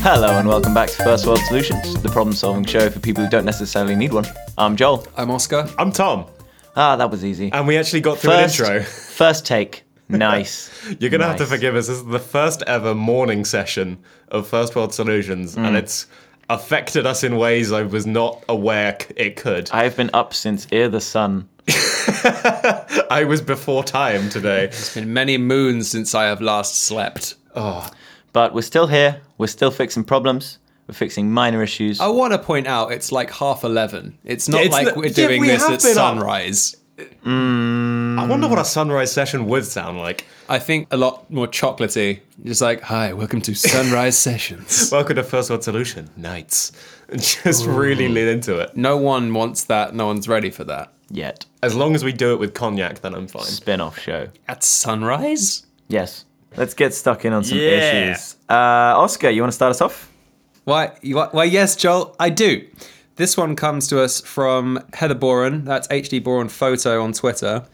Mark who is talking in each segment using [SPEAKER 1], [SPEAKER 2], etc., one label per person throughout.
[SPEAKER 1] welcome back to First World Solutions, the problem solving show for people who don't necessarily need one. I'm Joel.
[SPEAKER 2] I'm Oscar.
[SPEAKER 3] I'm Tom,
[SPEAKER 1] Ah, that was easy.
[SPEAKER 3] and we actually got through
[SPEAKER 1] first,
[SPEAKER 3] an intro.
[SPEAKER 1] first take. Nice.
[SPEAKER 3] You're gonna have
[SPEAKER 1] Nice.
[SPEAKER 3] to forgive us. This is the first ever morning session of First World Solutions,
[SPEAKER 1] Mm.
[SPEAKER 3] and it's affected us in ways I was not aware c- it could. I,
[SPEAKER 1] I have been up since ere the sun.
[SPEAKER 3] was before time today.
[SPEAKER 2] It's been many moons since I have last slept.
[SPEAKER 1] But we're still here. We're still fixing problems. We're fixing minor issues.
[SPEAKER 3] Oh.
[SPEAKER 2] I want to point out it's like half eleven. It's not
[SPEAKER 3] Yeah, it's
[SPEAKER 2] like
[SPEAKER 3] not-
[SPEAKER 2] we're
[SPEAKER 3] yeah,
[SPEAKER 2] doing
[SPEAKER 3] we
[SPEAKER 2] this
[SPEAKER 3] have
[SPEAKER 2] at
[SPEAKER 3] been up.
[SPEAKER 2] sunrise.
[SPEAKER 3] I wonder what a
[SPEAKER 1] Mm.
[SPEAKER 3] sunrise session would sound like.
[SPEAKER 2] I think a lot more chocolatey. Just like, hi, welcome to Sunrise Sessions.
[SPEAKER 3] Welcome to First World Solution Nights, and just really lean into it.
[SPEAKER 2] No one wants that. No one's ready for that.
[SPEAKER 1] Yet.
[SPEAKER 3] As long as we do it with cognac, then I'm fine.
[SPEAKER 1] Spin off show.
[SPEAKER 2] At sunrise?
[SPEAKER 1] Yes. Let's get stuck in on some
[SPEAKER 3] Yeah.
[SPEAKER 1] issues. Uh, Oscar, you want to start us off?
[SPEAKER 2] Why, you- why, yes, Joel, I do. This one comes to us from Heather Boren, that's HD Boren Photo on Twitter,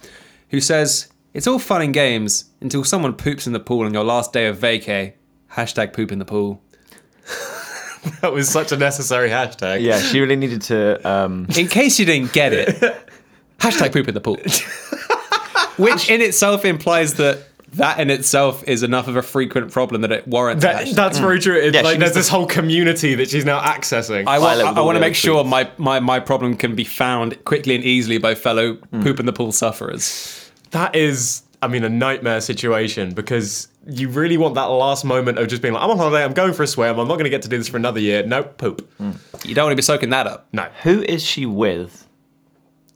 [SPEAKER 2] who says, It's all fun and games until someone poops in the pool on your last day of vacay. Hashtag poop in the pool.
[SPEAKER 3] That was such a necessary hashtag.
[SPEAKER 1] Yeah, she really needed to. Um,
[SPEAKER 2] In case you didn't get it, hashtag poop in the pool. Which in itself implies that that in itself is enough of a frequent problem that it warrants a
[SPEAKER 3] That-
[SPEAKER 2] hashtag.
[SPEAKER 3] that's very true. It's
[SPEAKER 1] Mm. Yeah, she
[SPEAKER 3] like
[SPEAKER 1] was
[SPEAKER 3] there's
[SPEAKER 1] the-
[SPEAKER 3] this whole community that she's now accessing.
[SPEAKER 2] I want,
[SPEAKER 1] Violet with
[SPEAKER 2] I
[SPEAKER 1] all
[SPEAKER 2] want to
[SPEAKER 1] the
[SPEAKER 2] make
[SPEAKER 1] other
[SPEAKER 2] sure my, my, my problem can be found quickly and easily by fellow
[SPEAKER 3] Hmm.
[SPEAKER 2] poop in the pool sufferers.
[SPEAKER 3] that is i mean a nightmare situation because you really want that last moment of just being like i'm on holiday i'm going for a swim i'm not going to get to do this for another year nope poop
[SPEAKER 2] You don't want to be soaking that up.
[SPEAKER 3] no
[SPEAKER 1] who is she with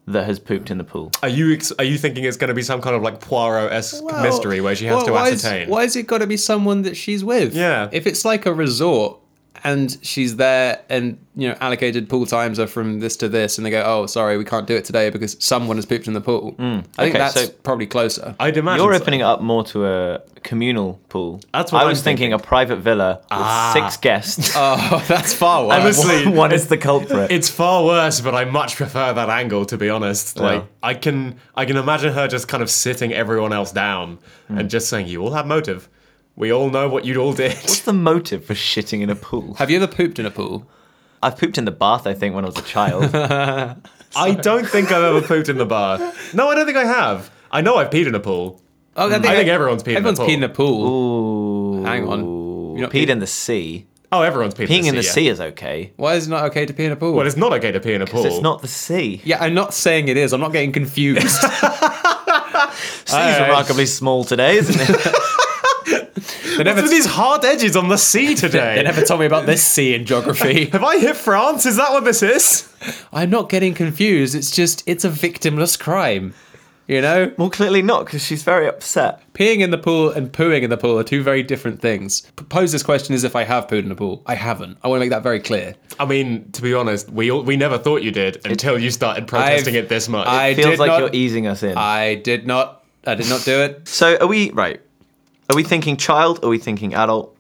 [SPEAKER 1] that has pooped in the pool?
[SPEAKER 3] are you ex- are you thinking it's going to be some kind of like poirot-esque mystery where she has
[SPEAKER 2] Well,
[SPEAKER 3] to
[SPEAKER 2] why is-
[SPEAKER 3] ascertain
[SPEAKER 2] why is it got to be someone that she's with?
[SPEAKER 3] Yeah.
[SPEAKER 2] If it's like a resort and she's there and, you know, allocated pool times are from this to this and they go, oh, sorry, we can't do it today because someone has pooped in the pool. I think
[SPEAKER 1] Okay,
[SPEAKER 2] that's
[SPEAKER 1] so-
[SPEAKER 2] probably closer.
[SPEAKER 3] i'd imagine
[SPEAKER 1] You're
[SPEAKER 3] so.
[SPEAKER 1] opening it up more to a communal pool.
[SPEAKER 3] That's what
[SPEAKER 1] I
[SPEAKER 3] I'm
[SPEAKER 1] was thinking, A private villa with six guests.
[SPEAKER 2] oh, that's far
[SPEAKER 3] I
[SPEAKER 2] worse.
[SPEAKER 3] was- Honestly,
[SPEAKER 1] one is the culprit.
[SPEAKER 3] it's far worse but i much prefer that angle to be honest like i can i can imagine her just kind of sitting everyone else down
[SPEAKER 1] Hmm.
[SPEAKER 3] and just saying you all have motive we all know what you all did
[SPEAKER 1] What's the motive for shitting in a pool?
[SPEAKER 2] Have you ever pooped in a pool?
[SPEAKER 1] I've pooped in the bath, I think, when I was a child.
[SPEAKER 3] I don't think I've ever pooped in the bath. No, I don't think I have. I know I've peed in a pool.
[SPEAKER 2] Oh, I think,
[SPEAKER 3] I think everyone's peed in a
[SPEAKER 2] everyone's
[SPEAKER 3] pool.
[SPEAKER 2] peed in a pool.
[SPEAKER 1] Ooh.
[SPEAKER 2] Hang on. You're not
[SPEAKER 1] Peed
[SPEAKER 2] peeing-
[SPEAKER 1] in the sea.
[SPEAKER 3] Oh, everyone's peed
[SPEAKER 1] Peeing in
[SPEAKER 3] in
[SPEAKER 1] the
[SPEAKER 3] yeah.
[SPEAKER 1] sea is okay.
[SPEAKER 2] Why is it not okay to pee in a pool?
[SPEAKER 3] Well, it's not okay to pee in a pool.
[SPEAKER 1] It's not the sea.
[SPEAKER 2] yeah, I'm not saying it is. I'm not getting confused.
[SPEAKER 1] Sea's remarkably small today, isn't it?
[SPEAKER 2] they, never,
[SPEAKER 3] Look at these hard edges on the sea
[SPEAKER 2] they
[SPEAKER 3] today.
[SPEAKER 2] never told me about this sea in geography.
[SPEAKER 3] Have I hit France? Is that what this is?
[SPEAKER 2] I'm not getting confused. It's just it's a victimless crime. You know,
[SPEAKER 1] well, clearly not, because she's very upset.
[SPEAKER 2] peeing in the pool and pooing in the pool are two very different things. P- Pose this question as if I have pooed in the pool. I haven't. I want to make that very clear.
[SPEAKER 3] I mean, to be honest, we all, we never thought you did until you started protesting
[SPEAKER 2] I've-
[SPEAKER 3] it this much.
[SPEAKER 2] I
[SPEAKER 1] Feels
[SPEAKER 2] did
[SPEAKER 1] like
[SPEAKER 2] not. Ah.
[SPEAKER 1] you're e- easing us in.
[SPEAKER 2] I did not. I did not do it.
[SPEAKER 1] so, are we, right? Are we thinking child? Are we thinking adult?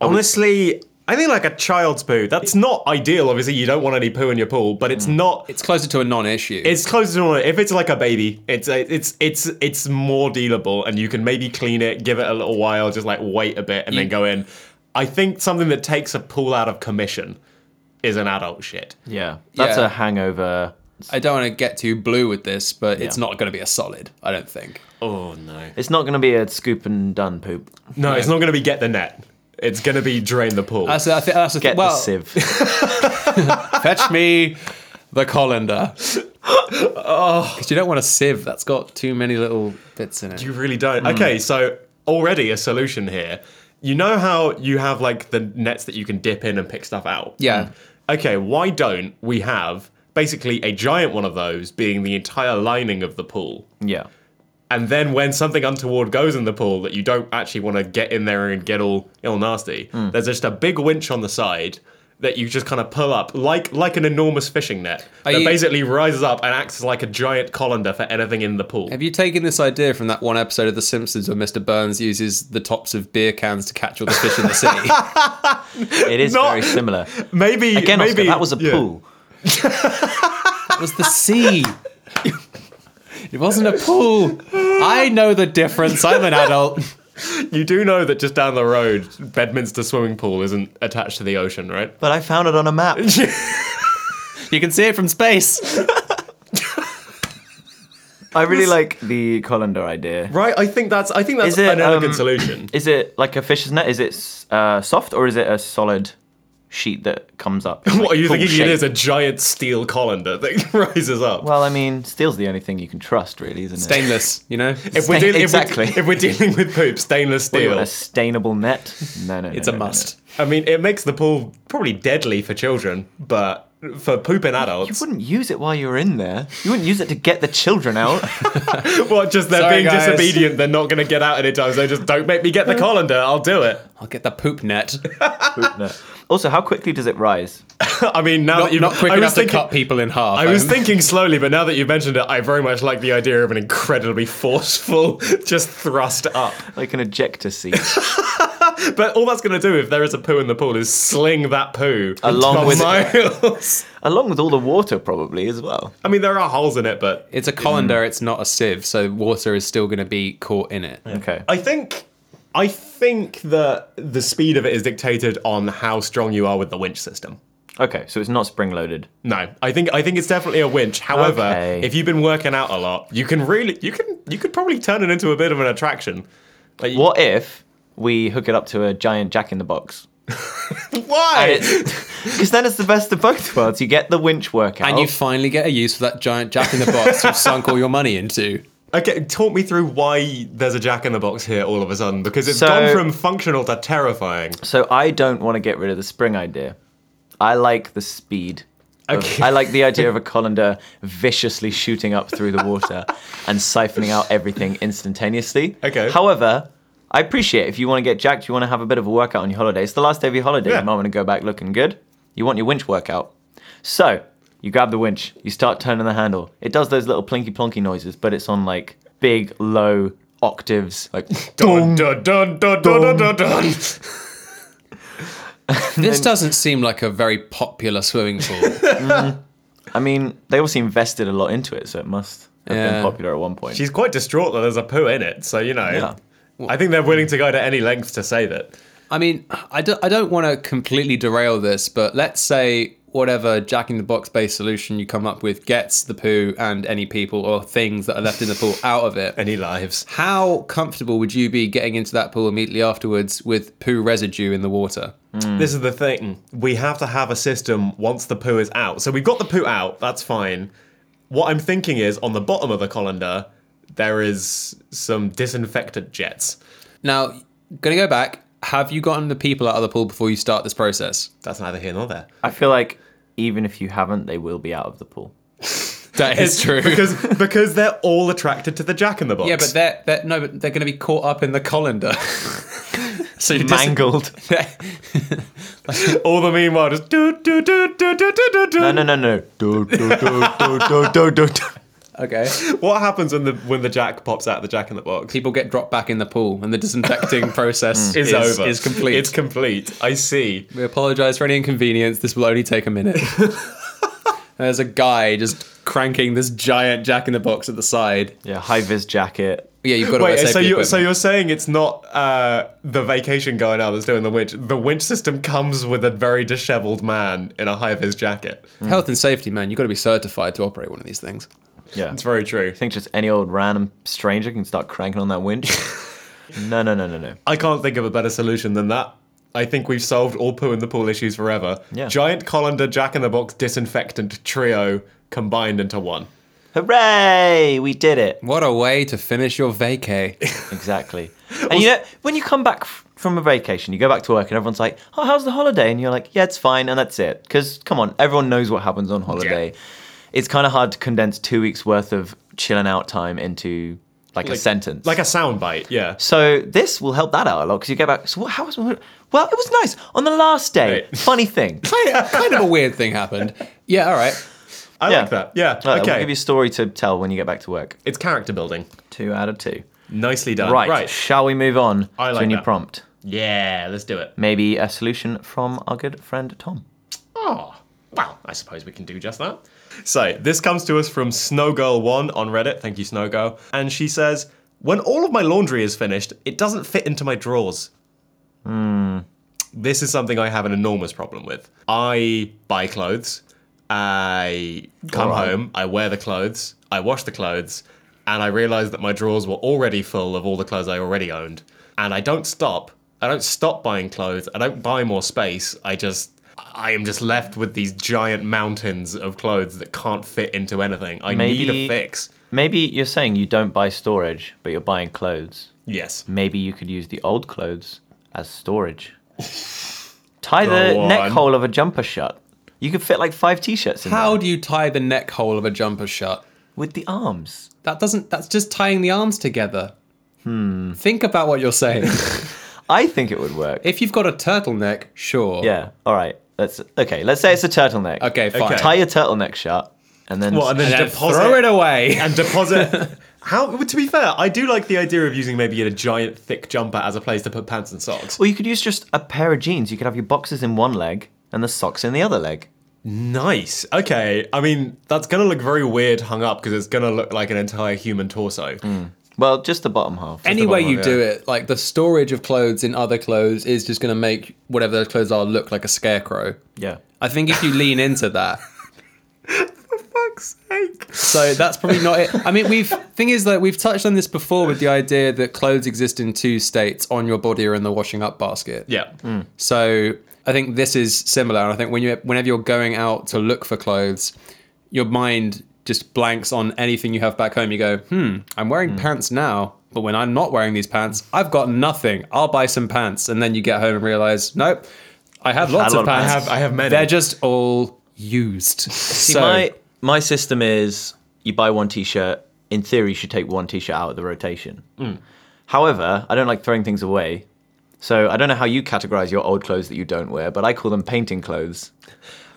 [SPEAKER 3] Honestly, I think like a child's poo. That's not ideal. Obviously, you don't want any poo in your pool, but
[SPEAKER 1] Mm.
[SPEAKER 3] it's not.
[SPEAKER 2] It's closer to a non-issue.
[SPEAKER 3] It's closer to if it's like a baby, it's it's it's it's more dealable, and you can maybe clean it, give it a little while, just like wait a bit, and then go in. I think something that takes a pool out of commission is an adult shit.
[SPEAKER 1] Yeah. That's
[SPEAKER 2] Yeah.
[SPEAKER 1] a hangover.
[SPEAKER 2] I don't want to get too blue with this, but it's
[SPEAKER 1] Yeah.
[SPEAKER 2] not going to be a solid. I don't think.
[SPEAKER 3] Oh no!
[SPEAKER 1] It's not going to be a scoop and done poop.
[SPEAKER 3] No, it's not going to be get the net. It's going to be drain the pool.
[SPEAKER 2] That's, I think that's the
[SPEAKER 1] Get
[SPEAKER 2] thing. Well,
[SPEAKER 1] the sieve.
[SPEAKER 2] fetch me the colander. Because
[SPEAKER 1] Oh.
[SPEAKER 2] you don't want a sieve that's got too many little bits in it.
[SPEAKER 3] you really don't. Okay, so already a solution here. You know how you have like the nets that you can dip in and pick stuff out.
[SPEAKER 1] Hmm.
[SPEAKER 2] Yeah.
[SPEAKER 3] Okay, why don't we have basically a giant one of those being the entire lining of the pool?
[SPEAKER 1] yeah.
[SPEAKER 3] And then when something untoward goes in the pool that you don't actually want to get in there and get all ill nasty, there's just a big winch on the side that you just kind of pull up like like an enormous fishing net
[SPEAKER 2] Are
[SPEAKER 3] that
[SPEAKER 2] you-
[SPEAKER 3] basically rises up and acts as like a giant colander for anything in the pool.
[SPEAKER 2] Have you taken this idea from that one episode of The Simpsons where Mr. Burns uses the tops of beer cans to catch all the fish in the sea?
[SPEAKER 1] It is
[SPEAKER 3] Not-
[SPEAKER 1] very similar.
[SPEAKER 3] Maybe
[SPEAKER 1] Again,
[SPEAKER 3] maybe
[SPEAKER 1] Oscar, that was a
[SPEAKER 3] yeah.
[SPEAKER 1] pool.
[SPEAKER 2] It was the sea. It wasn't a pool. I know the difference. I'm an adult.
[SPEAKER 3] You do know that just down the road, Bedminster swimming pool isn't attached to the ocean, right?
[SPEAKER 1] But I found it on a map.
[SPEAKER 2] You can see it from space.
[SPEAKER 1] I really like the colander idea.
[SPEAKER 3] Right. I think that's. I think that's
[SPEAKER 1] Is it,
[SPEAKER 3] an elegant
[SPEAKER 1] um,
[SPEAKER 3] solution.
[SPEAKER 1] Is it like a fish's net? Is it uh, soft or is it a solid sheet that comes up?
[SPEAKER 3] What are you
[SPEAKER 1] Cool
[SPEAKER 3] thinking?
[SPEAKER 1] shape.
[SPEAKER 3] It is a giant steel colander that rises up.
[SPEAKER 1] Well, I mean, steel's the only thing you can trust, really, isn't it?
[SPEAKER 2] Stainless, you know?
[SPEAKER 3] if we're dealing,
[SPEAKER 1] exactly.
[SPEAKER 3] If we're, if we're dealing with poop, stainless
[SPEAKER 1] What do you want,
[SPEAKER 3] steel.
[SPEAKER 1] a stainable net? No, no, no,
[SPEAKER 2] It's
[SPEAKER 1] no,
[SPEAKER 2] a
[SPEAKER 1] no, no.
[SPEAKER 2] must.
[SPEAKER 3] I mean, it makes the pool probably deadly for children, but for pooping
[SPEAKER 1] You
[SPEAKER 3] adults,
[SPEAKER 1] wouldn't use it while you were in there. You wouldn't use it to get the children out.
[SPEAKER 3] what? Just they're
[SPEAKER 2] Sorry,
[SPEAKER 3] being
[SPEAKER 2] guys.
[SPEAKER 3] disobedient. They're not going to get out anytime. So just don't make me get the colander. I'll do it.
[SPEAKER 2] I'll get the poop net.
[SPEAKER 1] No. Also, how quickly does it rise?
[SPEAKER 3] I mean, now that
[SPEAKER 2] Not,
[SPEAKER 3] you've
[SPEAKER 2] not quick
[SPEAKER 3] I was
[SPEAKER 2] enough
[SPEAKER 3] thinking,
[SPEAKER 2] to cut people in half. Um,
[SPEAKER 3] I was
[SPEAKER 2] I'm-
[SPEAKER 3] thinking slowly, but now that you've mentioned it, I very much like the idea of an incredibly forceful just thrust up.
[SPEAKER 1] Like an ejector seat.
[SPEAKER 3] But all that's going to do if there is a poo in the pool is sling that poo
[SPEAKER 1] Along
[SPEAKER 3] for
[SPEAKER 1] with-
[SPEAKER 3] miles.
[SPEAKER 1] Along with all the water, probably, as well.
[SPEAKER 3] I mean, there are holes in it, but
[SPEAKER 2] It's a colander, it's not a sieve, so water is still going to be caught in it.
[SPEAKER 1] Okay.
[SPEAKER 3] I think I think that the speed of it is dictated on how strong you are with the winch system.
[SPEAKER 1] Okay, so it's not spring loaded.
[SPEAKER 3] No, I think I think it's definitely a winch. However,
[SPEAKER 1] Okay.
[SPEAKER 3] if you've been working out a lot, you can really you can you could probably turn it into a bit of an attraction. Like,
[SPEAKER 1] What if we hook it up to a giant jack in the box?
[SPEAKER 3] Why?
[SPEAKER 1] Because then it's the best of both worlds. You get the winch workout.
[SPEAKER 3] Oh.
[SPEAKER 2] And you finally get a use for that giant jack in the box you've sunk all your money into.
[SPEAKER 3] Okay, talk me through why there's a jack in the box here all of a sudden because it's
[SPEAKER 1] So-
[SPEAKER 3] gone from functional to terrifying.
[SPEAKER 1] so I don't want to get rid of the spring idea. I like the speed. of-
[SPEAKER 3] Okay.
[SPEAKER 1] I like the idea of a colander viciously shooting up through the water and siphoning out everything instantaneously.
[SPEAKER 3] Okay.
[SPEAKER 1] However, I appreciate if you want to get jacked, you want to have a bit of a workout on your holiday. It's the last day of your holiday.
[SPEAKER 3] Yeah.
[SPEAKER 1] You might want to go back looking good. You want your winch workout. So you grab the winch, you start turning the handle. It does those little plinky plonky noises, but it's on like big, low octaves, like
[SPEAKER 3] Dun dun dun dun dun dun dun.
[SPEAKER 2] This doesn't seem like a very popular swimming pool.
[SPEAKER 1] I mean, they obviously invested a lot into it, so it must have
[SPEAKER 2] Yeah.
[SPEAKER 1] been popular at one point.
[SPEAKER 3] She's quite distraught that there's a poo in it, so you know.
[SPEAKER 1] Yeah.
[SPEAKER 3] I think they're willing to go to any lengths to save it.
[SPEAKER 2] I mean, I don't, I don't want to completely derail this, but let's say whatever jack in the box based solution you come up with gets the poo and any people or things that are left in the pool out of it.
[SPEAKER 3] Any lives.
[SPEAKER 2] How comfortable would you be getting into that pool immediately afterwards with poo residue in the water?
[SPEAKER 3] This is the thing. We have to have a system once the poo is out. So we've got the poo out, that's fine. What I'm thinking is on the bottom of the colander, there is some disinfectant jets.
[SPEAKER 2] Now, gonna go back. Have you gotten the people out of the pool before you start this process?
[SPEAKER 3] That's neither here nor there.
[SPEAKER 1] I feel like even if you haven't, they will be out of the pool.
[SPEAKER 2] That is true.
[SPEAKER 3] Because because they're all attracted to the jack in the box.
[SPEAKER 2] yeah, but they're, they're no, but they're gonna be caught up in the colander. so you just
[SPEAKER 1] Mangled.
[SPEAKER 3] all the meanwhile just do do do do do do do do.
[SPEAKER 1] no, no, no, no. Do, do, do, do, do, do, do, do.
[SPEAKER 2] okay.
[SPEAKER 3] What happens when the when the jack pops out of the jack in the box?
[SPEAKER 2] people get dropped back in the pool and the disinfecting process
[SPEAKER 3] It's
[SPEAKER 2] is,
[SPEAKER 3] over.
[SPEAKER 2] is complete.
[SPEAKER 3] It's complete. I see.
[SPEAKER 2] we apologize for any inconvenience. This will only take a minute. There's a guy just cranking this giant jack in the box at the side.
[SPEAKER 1] Yeah, high vis jacket.
[SPEAKER 2] Yeah, you've got to
[SPEAKER 3] Wait,
[SPEAKER 2] safety
[SPEAKER 3] so you're, so
[SPEAKER 2] equipment.
[SPEAKER 3] you're saying it's not uh, the vacation guy now that's doing the winch. The winch system comes with a very disheveled man in a high vis jacket.
[SPEAKER 2] health and safety, man. You've got to be certified to operate one of these things.
[SPEAKER 1] Yeah.
[SPEAKER 3] It's very true.
[SPEAKER 1] I think just any old random stranger can start cranking on that winch. no, no, no, no, no.
[SPEAKER 3] I can't think of a better solution than that. I think we've solved all poo in the pool issues forever.
[SPEAKER 1] Yeah.
[SPEAKER 3] Giant colander, jack in the box, disinfectant trio combined into one.
[SPEAKER 1] Hooray! We did it.
[SPEAKER 2] What a way to finish your vacay.
[SPEAKER 1] Exactly. And you know, when you come back f- from a vacation, you go back to work, and everyone's like, "Oh, how's the holiday?" And you're like, "Yeah, it's fine," and that's it. Because come on, everyone knows what happens on holiday. It's kind of hard to condense two weeks worth of chilling out time into like, a sentence.
[SPEAKER 3] Like a soundbite, yeah.
[SPEAKER 1] so this will help that out a lot because you get back. So what, how was? Well, it was nice on the last day.
[SPEAKER 3] Right.
[SPEAKER 1] Funny thing.
[SPEAKER 2] kind of a weird thing happened. Yeah, all right.
[SPEAKER 3] I
[SPEAKER 1] Yeah.
[SPEAKER 3] like that. Yeah.
[SPEAKER 1] Look, I'll
[SPEAKER 3] okay.
[SPEAKER 1] give you a story to tell when you get back to work.
[SPEAKER 3] It's character building.
[SPEAKER 1] Two out of two.
[SPEAKER 3] Nicely done.
[SPEAKER 1] Right.
[SPEAKER 3] Right.
[SPEAKER 1] Shall we move on
[SPEAKER 3] I
[SPEAKER 1] to
[SPEAKER 3] like
[SPEAKER 1] a new
[SPEAKER 3] that.
[SPEAKER 1] prompt?
[SPEAKER 3] Yeah, let's do it.
[SPEAKER 1] Maybe a solution from our good friend Tom.
[SPEAKER 3] Oh, well, I suppose we can do just that. So, this comes to us from Snow Girl one on Reddit. Thank you, Snow Girl. And she says, When all of my laundry is finished, it doesn't fit into my drawers. This is something I have an enormous problem with. I buy clothes, I come
[SPEAKER 1] Alright.
[SPEAKER 3] home, I wear the clothes, I wash the clothes, and I realize that my drawers were already full of all the clothes I already owned. And I don't stop. I don't stop buying clothes. I don't buy more space. I just I am just left with these giant mountains of clothes that can't fit into anything. I need a
[SPEAKER 1] Maybe-
[SPEAKER 3] fix.
[SPEAKER 1] Maybe you're saying you don't buy storage, but you're buying clothes.
[SPEAKER 3] Yes.
[SPEAKER 1] Maybe you could use the old clothes as storage. Tie
[SPEAKER 3] Go
[SPEAKER 1] the
[SPEAKER 3] on.
[SPEAKER 1] neck hole of a jumper shut. You could fit like five t-shirts in
[SPEAKER 2] How
[SPEAKER 1] there
[SPEAKER 2] do you tie the neck hole of a jumper shut?
[SPEAKER 1] with the arms.
[SPEAKER 2] That doesn't. That's just tying the arms together. Hmm. Think about what you're saying.
[SPEAKER 1] I think it would work.
[SPEAKER 2] if you've got a turtleneck, sure.
[SPEAKER 1] yeah. All right. Let's okay. Let's say it's a turtleneck.
[SPEAKER 2] Okay, fine.
[SPEAKER 3] Okay.
[SPEAKER 1] Tie your turtleneck shut, and then
[SPEAKER 3] Well, and then
[SPEAKER 2] And then
[SPEAKER 3] deposit
[SPEAKER 2] throw it away.
[SPEAKER 3] and deposit. How? To be fair, I do like the idea of using maybe a giant thick jumper as a place to put pants and socks.
[SPEAKER 1] Well, you could use just a pair of jeans. You could have your boxes in one leg and the socks in the other leg.
[SPEAKER 3] Nice. Okay. I mean, that's gonna look very weird hung up because it's gonna look like an entire human torso.
[SPEAKER 1] Mm. Well, just the bottom half.
[SPEAKER 2] Any way you
[SPEAKER 3] yeah.
[SPEAKER 2] do it, like the storage of clothes in other clothes is just going to make whatever those clothes are look like a scarecrow.
[SPEAKER 1] yeah.
[SPEAKER 2] I think if you lean into that,
[SPEAKER 3] Fuck's sake.
[SPEAKER 2] so that's probably not it. I mean, we've thing is that we've touched on this before with the idea that clothes exist in two states: on your body or in the washing up basket.
[SPEAKER 3] Yeah.
[SPEAKER 1] Mm.
[SPEAKER 2] So I think this is similar. And I think when you whenever you're going out to look for clothes, your mind just blanks on anything you have back home. You go, hmm, I'm wearing pants now, but when I'm not wearing these pants, I've got nothing. I'll buy some pants, and then you get home and realize, nope, I have lots
[SPEAKER 1] lot
[SPEAKER 2] of
[SPEAKER 1] of
[SPEAKER 2] pants.
[SPEAKER 3] I have. I have many.
[SPEAKER 2] They're just all used.
[SPEAKER 1] See,
[SPEAKER 2] so
[SPEAKER 1] my my system is you buy one t-shirt. In theory, you should take one t-shirt out of the rotation.
[SPEAKER 3] Hmm.
[SPEAKER 1] However, I don't like throwing things away. So I don't know how you categorize your old clothes that you don't wear, but I call them painting clothes.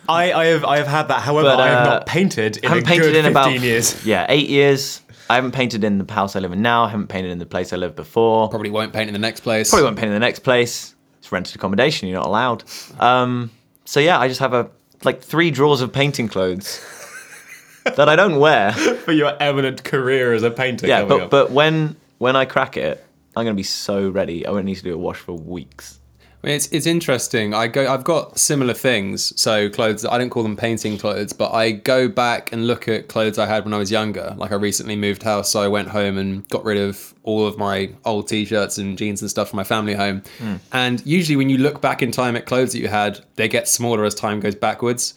[SPEAKER 3] I, I have. I have had that. However,
[SPEAKER 1] But,
[SPEAKER 3] I have
[SPEAKER 1] uh,
[SPEAKER 3] not painted in
[SPEAKER 1] I haven't
[SPEAKER 3] a good
[SPEAKER 1] painted in
[SPEAKER 3] 15
[SPEAKER 1] about
[SPEAKER 3] years.
[SPEAKER 1] yeah eight years. I haven't painted in the house I live in now. I haven't painted in the place I lived before.
[SPEAKER 2] probably won't paint in the next place.
[SPEAKER 1] probably won't paint in the next place. It's rented accommodation. You're not allowed. Um, so yeah, I just have a like three drawers of painting clothes that I don't wear.
[SPEAKER 3] For your eminent career as a painter.
[SPEAKER 1] Yeah,
[SPEAKER 3] coming
[SPEAKER 1] but
[SPEAKER 3] up.
[SPEAKER 1] but when when I crack it, I'm gonna be so ready. I won't need to do a wash for weeks.
[SPEAKER 2] I mean, It's it's interesting. I go. I've got similar things. So clothes. I don't call them painting clothes, but I go back and look at clothes I had when I was younger. Like I recently moved house, so I went home and got rid of all of my old t-shirts and jeans and stuff from my family home. And usually, when you look back in time at clothes that you had, they get smaller as time goes backwards,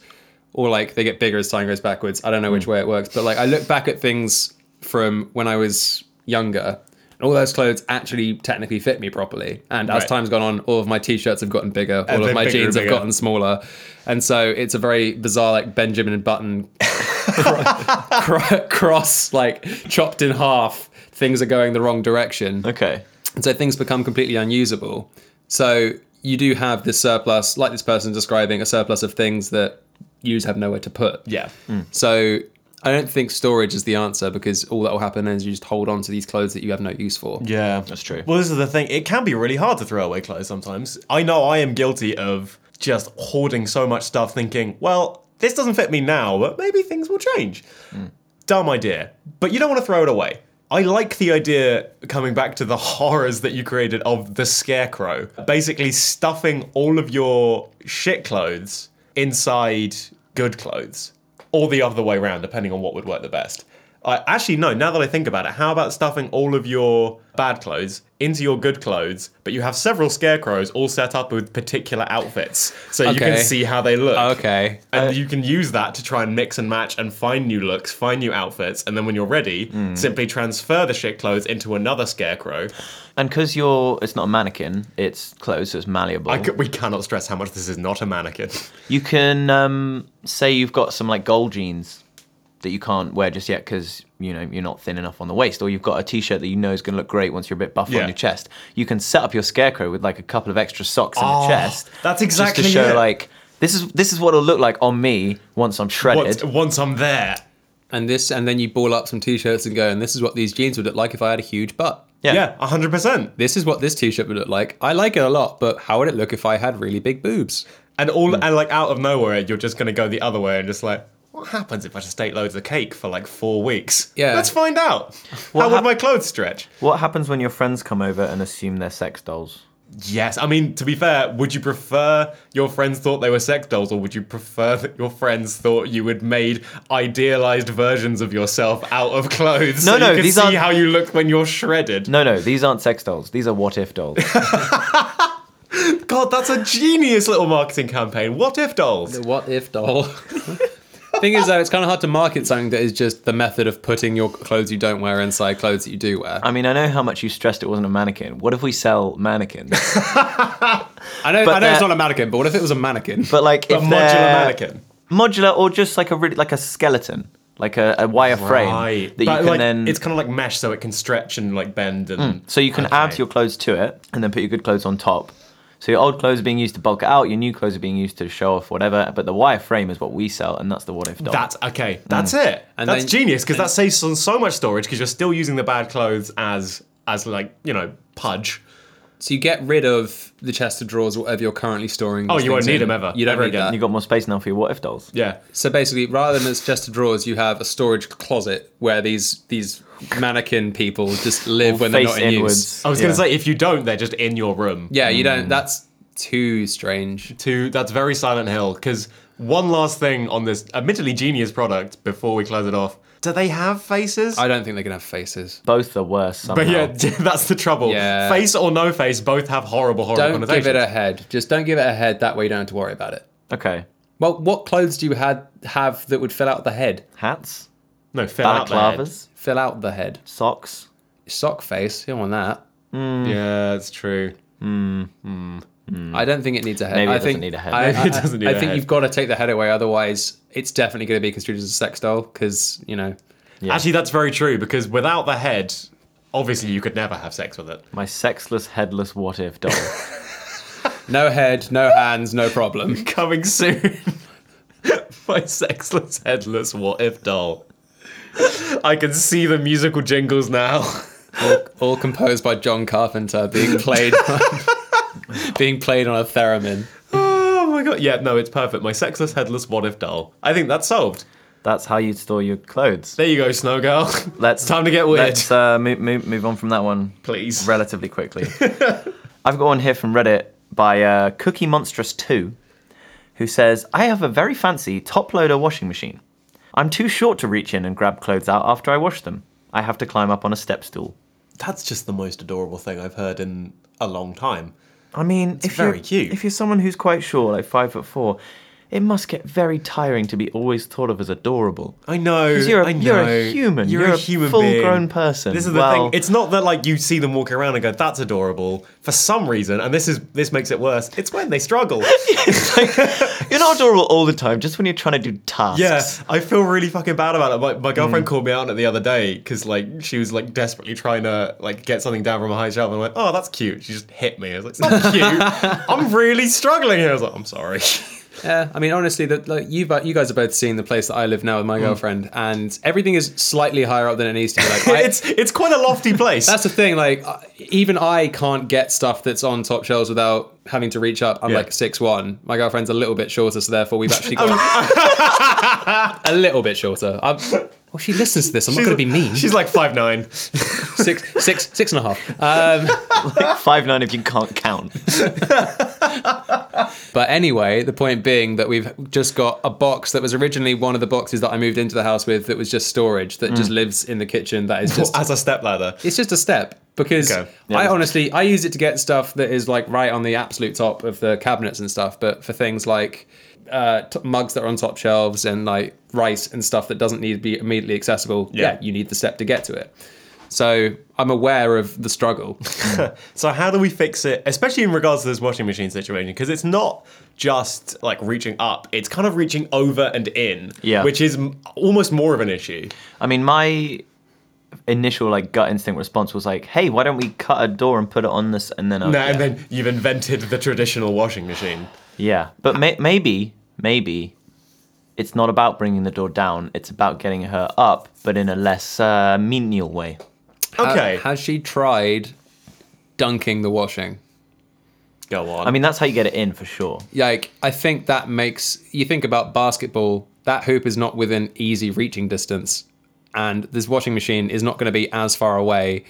[SPEAKER 2] or like they get bigger as time goes backwards. I don't know
[SPEAKER 3] Hmm.
[SPEAKER 2] which way it works, but like I look back at things from when I was younger. and All those clothes actually technically fit me properly, and as
[SPEAKER 3] Right.
[SPEAKER 2] time's gone on, all of my t-shirts have gotten bigger, all of
[SPEAKER 3] they're
[SPEAKER 2] my
[SPEAKER 3] bigger and
[SPEAKER 2] jeans have
[SPEAKER 3] bigger.
[SPEAKER 2] gotten smaller, and so it's a very bizarre like Benjamin Button cro- cro- cross like chopped in half. Things are going the wrong direction,
[SPEAKER 1] Okay.
[SPEAKER 2] and so things become completely unusable. So you do have this surplus, like this person describing, a surplus of things that yous have nowhere to put.
[SPEAKER 3] yeah.
[SPEAKER 1] Mm.
[SPEAKER 2] So I don't think storage is the answer because all that will happen is you just hold on to these clothes that you have no use for.
[SPEAKER 3] Yeah,
[SPEAKER 1] That's true.
[SPEAKER 3] Well, this is the thing. It can be really hard to throw away clothes sometimes. I know I am guilty of just hoarding so much stuff, thinking, well, this doesn't fit me now, but maybe things will change. Dumb idea. But you don't want to throw it away. I like the idea, coming back to the horrors that you created, of the scarecrow. Basically, stuffing all of your shit clothes inside good clothes, or the other way around, depending on what would work the best. I actually no. Now that I think about it, how about stuffing all of your bad clothes into your good clothes, but you have several scarecrows all set up with particular outfits, so you can
[SPEAKER 2] Okay.
[SPEAKER 3] see how they look.
[SPEAKER 2] Okay.
[SPEAKER 3] And you can use that to try and mix and match and find new looks, find new outfits, and then when you're ready, simply transfer the shit clothes into another scarecrow.
[SPEAKER 1] And because you're, it's not a mannequin. It's clothes, so it's malleable.
[SPEAKER 3] I c- we cannot stress how much this is not a mannequin.
[SPEAKER 1] You can um, say you've got some like gold jeans that you can't wear just yet because you know you're not thin enough on the waist, or you've got a t-shirt that you know is going to look great once you're a bit buffer
[SPEAKER 3] Yeah.
[SPEAKER 1] on your chest. You can set up your scarecrow with like a couple of extra socks on
[SPEAKER 3] Oh,
[SPEAKER 1] the chest. just
[SPEAKER 3] that's
[SPEAKER 1] to
[SPEAKER 3] exactly
[SPEAKER 1] show
[SPEAKER 3] it.
[SPEAKER 1] like this is this is what it'll look like on me once I'm shredded.
[SPEAKER 3] Once, once I'm there.
[SPEAKER 2] And this and then you ball up some t-shirts and go, and this is what these jeans would look like if I had a huge butt.
[SPEAKER 1] Yeah.
[SPEAKER 3] Yeah, 100%.
[SPEAKER 2] This is what this t-shirt would look like. I like it a lot, but how would it look if I had really big boobs?
[SPEAKER 3] Hmm. And all and like out of nowhere, you're just gonna go the other way and just like, what happens if I just ate loads of cake for like four weeks?
[SPEAKER 2] Yeah.
[SPEAKER 3] Let's find out.
[SPEAKER 1] What
[SPEAKER 3] How would
[SPEAKER 1] hap-
[SPEAKER 3] my clothes stretch?
[SPEAKER 1] What happens when your friends come over and assume they're sex dolls?
[SPEAKER 3] Yes. I mean, to be fair, would you prefer your friends thought they were sex dolls or would you prefer that your friends thought you had made idealized versions of yourself out of clothes?
[SPEAKER 1] No,
[SPEAKER 3] so
[SPEAKER 1] no,
[SPEAKER 3] You could
[SPEAKER 1] these
[SPEAKER 3] see
[SPEAKER 1] aren't-
[SPEAKER 3] how you look when you're shredded.
[SPEAKER 1] No, no, these aren't sex dolls. These are what if dolls.
[SPEAKER 3] God, that's a genius little marketing campaign. What if dolls?
[SPEAKER 2] What if doll? Thing is, though, it's kind of hard to market something that is just the method of putting your clothes you don't wear inside clothes that you do wear.
[SPEAKER 3] Uh,
[SPEAKER 1] I mean, I know how much you stressed it wasn't a mannequin. What if we sell mannequins?
[SPEAKER 2] I know,
[SPEAKER 1] but
[SPEAKER 2] I know it's
[SPEAKER 1] that-
[SPEAKER 2] not a mannequin, but what if it was a mannequin?
[SPEAKER 1] But like,
[SPEAKER 3] A
[SPEAKER 1] if
[SPEAKER 3] modular
[SPEAKER 1] they're-
[SPEAKER 3] mannequin.
[SPEAKER 1] modular, or just like a really like a skeleton, like a, a wire frame that you
[SPEAKER 3] But,
[SPEAKER 1] can
[SPEAKER 3] like,
[SPEAKER 1] then. Mm.
[SPEAKER 3] it's kind of like mesh, so it can stretch and like bend and.
[SPEAKER 1] so you can add
[SPEAKER 3] Okay.
[SPEAKER 1] your clothes to it, and then put your good clothes on top. So your old clothes are being used to bulk it out, your new clothes are being used to show off whatever. But the wire frame is what we sell, and that's the what if doll.
[SPEAKER 3] That's
[SPEAKER 1] Mm.
[SPEAKER 3] okay. That's it.
[SPEAKER 2] And
[SPEAKER 3] that's
[SPEAKER 2] then-
[SPEAKER 3] genius because that saves so, so much storage because you're still using the bad clothes as as like you know pudge.
[SPEAKER 2] So you get rid of the chest of drawers, whatever you're currently storing.
[SPEAKER 3] Oh,
[SPEAKER 2] these
[SPEAKER 3] you won't
[SPEAKER 2] things
[SPEAKER 3] need
[SPEAKER 2] in.
[SPEAKER 3] 'em ever,
[SPEAKER 2] You don't
[SPEAKER 3] ever
[SPEAKER 2] need
[SPEAKER 3] again.
[SPEAKER 2] that.
[SPEAKER 1] you got more space now for your what if dolls.
[SPEAKER 3] Yeah.
[SPEAKER 2] So basically, rather than as chest of drawers, you have a storage closet where these these mannequin people just live when they're
[SPEAKER 1] Face
[SPEAKER 2] not in use.
[SPEAKER 1] inwards.
[SPEAKER 3] I was
[SPEAKER 1] Yeah.
[SPEAKER 3] gonna say if you don't, they're just in your room.
[SPEAKER 2] Yeah, you
[SPEAKER 3] Hmm.
[SPEAKER 2] don't. That's too strange.
[SPEAKER 3] To that's very Silent Hill because one last thing on this admittedly genius product before we close it off. Do they have faces?
[SPEAKER 2] I don't think they can have faces.
[SPEAKER 1] both are worse somehow.
[SPEAKER 3] but yeah, that's the trouble.
[SPEAKER 2] Yeah.
[SPEAKER 3] Face or no face, both have horrible, horrible
[SPEAKER 2] Don't
[SPEAKER 3] connotations.
[SPEAKER 2] give it a head. Just don't give it a head. That way, you don't have to worry about it.
[SPEAKER 1] Okay.
[SPEAKER 2] Well, what clothes do you had have that would fill out the head?
[SPEAKER 1] Hats,
[SPEAKER 3] no, fill out the head.
[SPEAKER 1] balaclavas,
[SPEAKER 2] Fill out the head.
[SPEAKER 1] socks.
[SPEAKER 2] Sock face. You want that?
[SPEAKER 3] Mm. Yeah, that's true.
[SPEAKER 2] I don't think it needs a head.
[SPEAKER 1] Maybe it
[SPEAKER 2] I
[SPEAKER 1] doesn't
[SPEAKER 2] think,
[SPEAKER 1] need a head.
[SPEAKER 2] I,
[SPEAKER 3] Maybe Mm. it
[SPEAKER 2] I-
[SPEAKER 3] doesn't need
[SPEAKER 2] I
[SPEAKER 3] a
[SPEAKER 2] think
[SPEAKER 3] head.
[SPEAKER 2] you've got to take the head away, otherwise it's definitely going to be construed as a sex doll. Because you know,
[SPEAKER 3] Actually, that's very true because without the head, obviously you could never have sex with it.
[SPEAKER 1] My sexless, headless what if doll.
[SPEAKER 2] no head, no hands, no problem.
[SPEAKER 3] Coming soon. My sexless, headless what if doll. I can see the musical jingles now.
[SPEAKER 2] All composed by John Carpenter, being played being played on a theremin.
[SPEAKER 3] Oh my god. Yeah, no, it's perfect. My sexless, headless what if doll. I think that's solved.
[SPEAKER 1] That's how you store your clothes.
[SPEAKER 3] There you go, Snow Girl.
[SPEAKER 1] Let's
[SPEAKER 3] Time to get weird.
[SPEAKER 1] Let's uh, move, move, move on from that one
[SPEAKER 3] Please.
[SPEAKER 1] relatively quickly. I've got one here from Reddit by uh, Cookie Monstrous Two, who says, "I have a very fancy top loader washing machine. I'm too short to reach in and grab clothes out after I wash them. I have to climb up on a step stool.
[SPEAKER 3] That's just the most adorable thing I've heard in a long time.
[SPEAKER 1] I mean, if
[SPEAKER 3] very
[SPEAKER 1] you're,
[SPEAKER 3] cute.
[SPEAKER 1] If you're someone who's quite short, like five foot four, it must get very tiring to be always thought of as adorable.
[SPEAKER 3] I know.
[SPEAKER 1] 'Cause you're a-
[SPEAKER 3] I know.
[SPEAKER 1] you're a human. You're a full-grown person.
[SPEAKER 3] This is the
[SPEAKER 1] Well-
[SPEAKER 3] thing. It's not that like you see them walk around and go, "That's adorable." For some reason, and this is this makes it worse. It's when they struggle.
[SPEAKER 1] You're not adorable all the time, just when you're trying to do tasks.
[SPEAKER 3] yeah, I feel really fucking bad about it. My, my
[SPEAKER 2] Mm.
[SPEAKER 3] girlfriend called me out on it the other day because like she was like desperately trying to like get something down from a high shelf, and I went, "Oh, that's cute." She just hit me. I was like, "It's not cute. I'm really struggling here." I was like, "I'm sorry."
[SPEAKER 2] Yeah, I mean, honestly, that like you, bu- you guys are both seeing the place that I live now with
[SPEAKER 3] Mm.
[SPEAKER 2] my girlfriend, and everything is slightly higher up than it needs to be. Like, I,
[SPEAKER 3] it's it's quite a lofty place.
[SPEAKER 2] That's the thing. Like, I- even I can't get stuff that's on top shelves without having to reach up. I'm
[SPEAKER 3] Yeah.
[SPEAKER 2] like six one. My girlfriend's a little bit shorter, so therefore we've actually got
[SPEAKER 3] Oh,
[SPEAKER 2] a little bit shorter. I'm, well, she listens to this. I'm not going to be mean.
[SPEAKER 3] She's like five nine.
[SPEAKER 2] Six, six, six and a half. Um,
[SPEAKER 1] Five nine if you can't count.
[SPEAKER 2] but anyway, the point being that we've just got a box that was originally one of the boxes that I moved into the house with that was just storage that
[SPEAKER 3] Mm.
[SPEAKER 2] just lives in the kitchen. That is just
[SPEAKER 3] As a stepladder.
[SPEAKER 2] It's just a step because
[SPEAKER 3] Okay.
[SPEAKER 2] I
[SPEAKER 1] Yeah.
[SPEAKER 2] honestly I use it to get stuff that is like right on the absolute top of the cabinets and stuff, but for things like uh, t- mugs that are on top shelves and like rice and stuff that doesn't need to be immediately accessible.
[SPEAKER 3] Yeah.
[SPEAKER 2] Yeah, you need the step to get to it. So I'm aware of the struggle.
[SPEAKER 3] So how do we fix it, especially in regards to this washing machine situation? Because it's not just like reaching up; it's kind of reaching over and in,
[SPEAKER 1] Yeah.
[SPEAKER 3] which is m- almost more of an issue.
[SPEAKER 1] I mean, my initial like gut instinct response was like, "Hey, why don't we cut a door and put it on this?" And then I,
[SPEAKER 3] No,
[SPEAKER 1] yeah.
[SPEAKER 3] And then you've invented the traditional washing machine.
[SPEAKER 1] yeah, but may- maybe, maybe it's not about bringing the door down; it's about getting her up, but in a less uh, menial way.
[SPEAKER 3] Okay,
[SPEAKER 2] Has she tried dunking the washing?
[SPEAKER 3] Go on.
[SPEAKER 1] I mean, that's how you get it in for sure.
[SPEAKER 2] like I think that makes you think about basketball. That hoop is not within easy reaching distance, and this washing machine is not going to be as far away.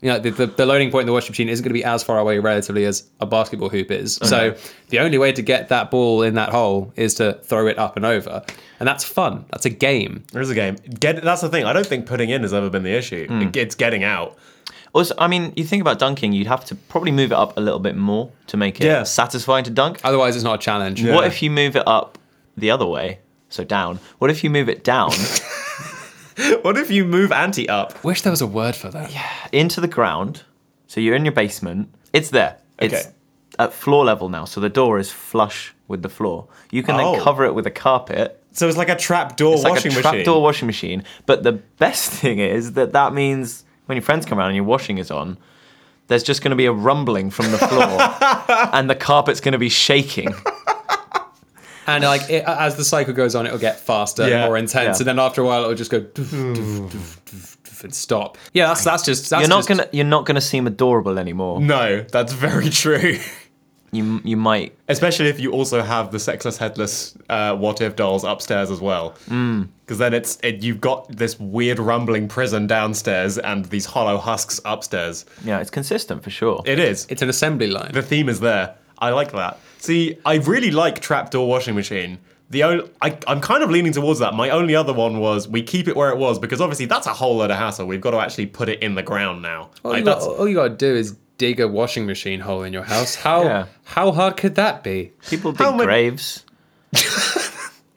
[SPEAKER 2] You know, the, the, the loading point in the washing machine isn't going to be as far away relatively as a basketball hoop is. So the only way to get that ball in that hole is to throw it up and over, and that's fun. That's a game.
[SPEAKER 3] There is a game. Get that's the thing. I don't think putting in has ever been the issue.
[SPEAKER 1] Hmm.
[SPEAKER 3] It's getting out.
[SPEAKER 1] Also, I mean, you think about dunking, you'd have to probably move it up a little bit more to make it
[SPEAKER 3] Yeah. Uh,
[SPEAKER 1] satisfying to dunk.
[SPEAKER 2] Otherwise, it's not a challenge.
[SPEAKER 1] What if you move it up the other way? So down. What if you move it down
[SPEAKER 3] What if you move Anti up?
[SPEAKER 2] Wish there was a word for that. Yeah.
[SPEAKER 1] into the ground? So you're in your basement. It's there. It's
[SPEAKER 3] Okay.
[SPEAKER 1] at floor level now. So the door is flush with the floor. You can
[SPEAKER 3] Oh.
[SPEAKER 1] then cover it with a carpet.
[SPEAKER 3] So it's like a trapdoor
[SPEAKER 1] It's like a
[SPEAKER 3] washing machine.
[SPEAKER 1] trapdoor washing machine. But the best thing is that that means when your friends come around and your washing is on, there's just going to be a rumbling from the floor and the carpet's going to be shaking.
[SPEAKER 2] And like it, as the cycle goes on, it'll get faster,
[SPEAKER 3] Yeah. Hmm.
[SPEAKER 2] more intense,
[SPEAKER 1] Yeah.
[SPEAKER 2] and then after a while, it'll just go doof, doof, doof, doof, doof, and stop. Yeah, that's that's just that's
[SPEAKER 1] You're not
[SPEAKER 2] just-
[SPEAKER 1] gonna you're not gonna seem adorable anymore.
[SPEAKER 3] No, that's very true.
[SPEAKER 1] You you might
[SPEAKER 3] Especially if you also have the sexless, headless uh, what if dolls upstairs as well. Because
[SPEAKER 1] Hmm.
[SPEAKER 3] then it's it, you've got this weird rumbling prison downstairs and these hollow husks upstairs.
[SPEAKER 1] yeah, it's consistent for sure.
[SPEAKER 3] It is.
[SPEAKER 2] It's an assembly line.
[SPEAKER 3] the theme is there. I like that. See, I really like trapdoor washing machine. The only, I, I'm kind of leaning towards that. My only other one was we keep it where it was because obviously that's a whole load of hassle. We've got to actually put it in the ground now.
[SPEAKER 1] Oh,
[SPEAKER 2] All,
[SPEAKER 3] Like,
[SPEAKER 2] you got,
[SPEAKER 3] that's-
[SPEAKER 2] all you got to do is dig a washing machine hole in your house. How
[SPEAKER 1] Yeah.
[SPEAKER 2] how hard could that be?
[SPEAKER 1] People dig
[SPEAKER 3] How many-
[SPEAKER 1] graves.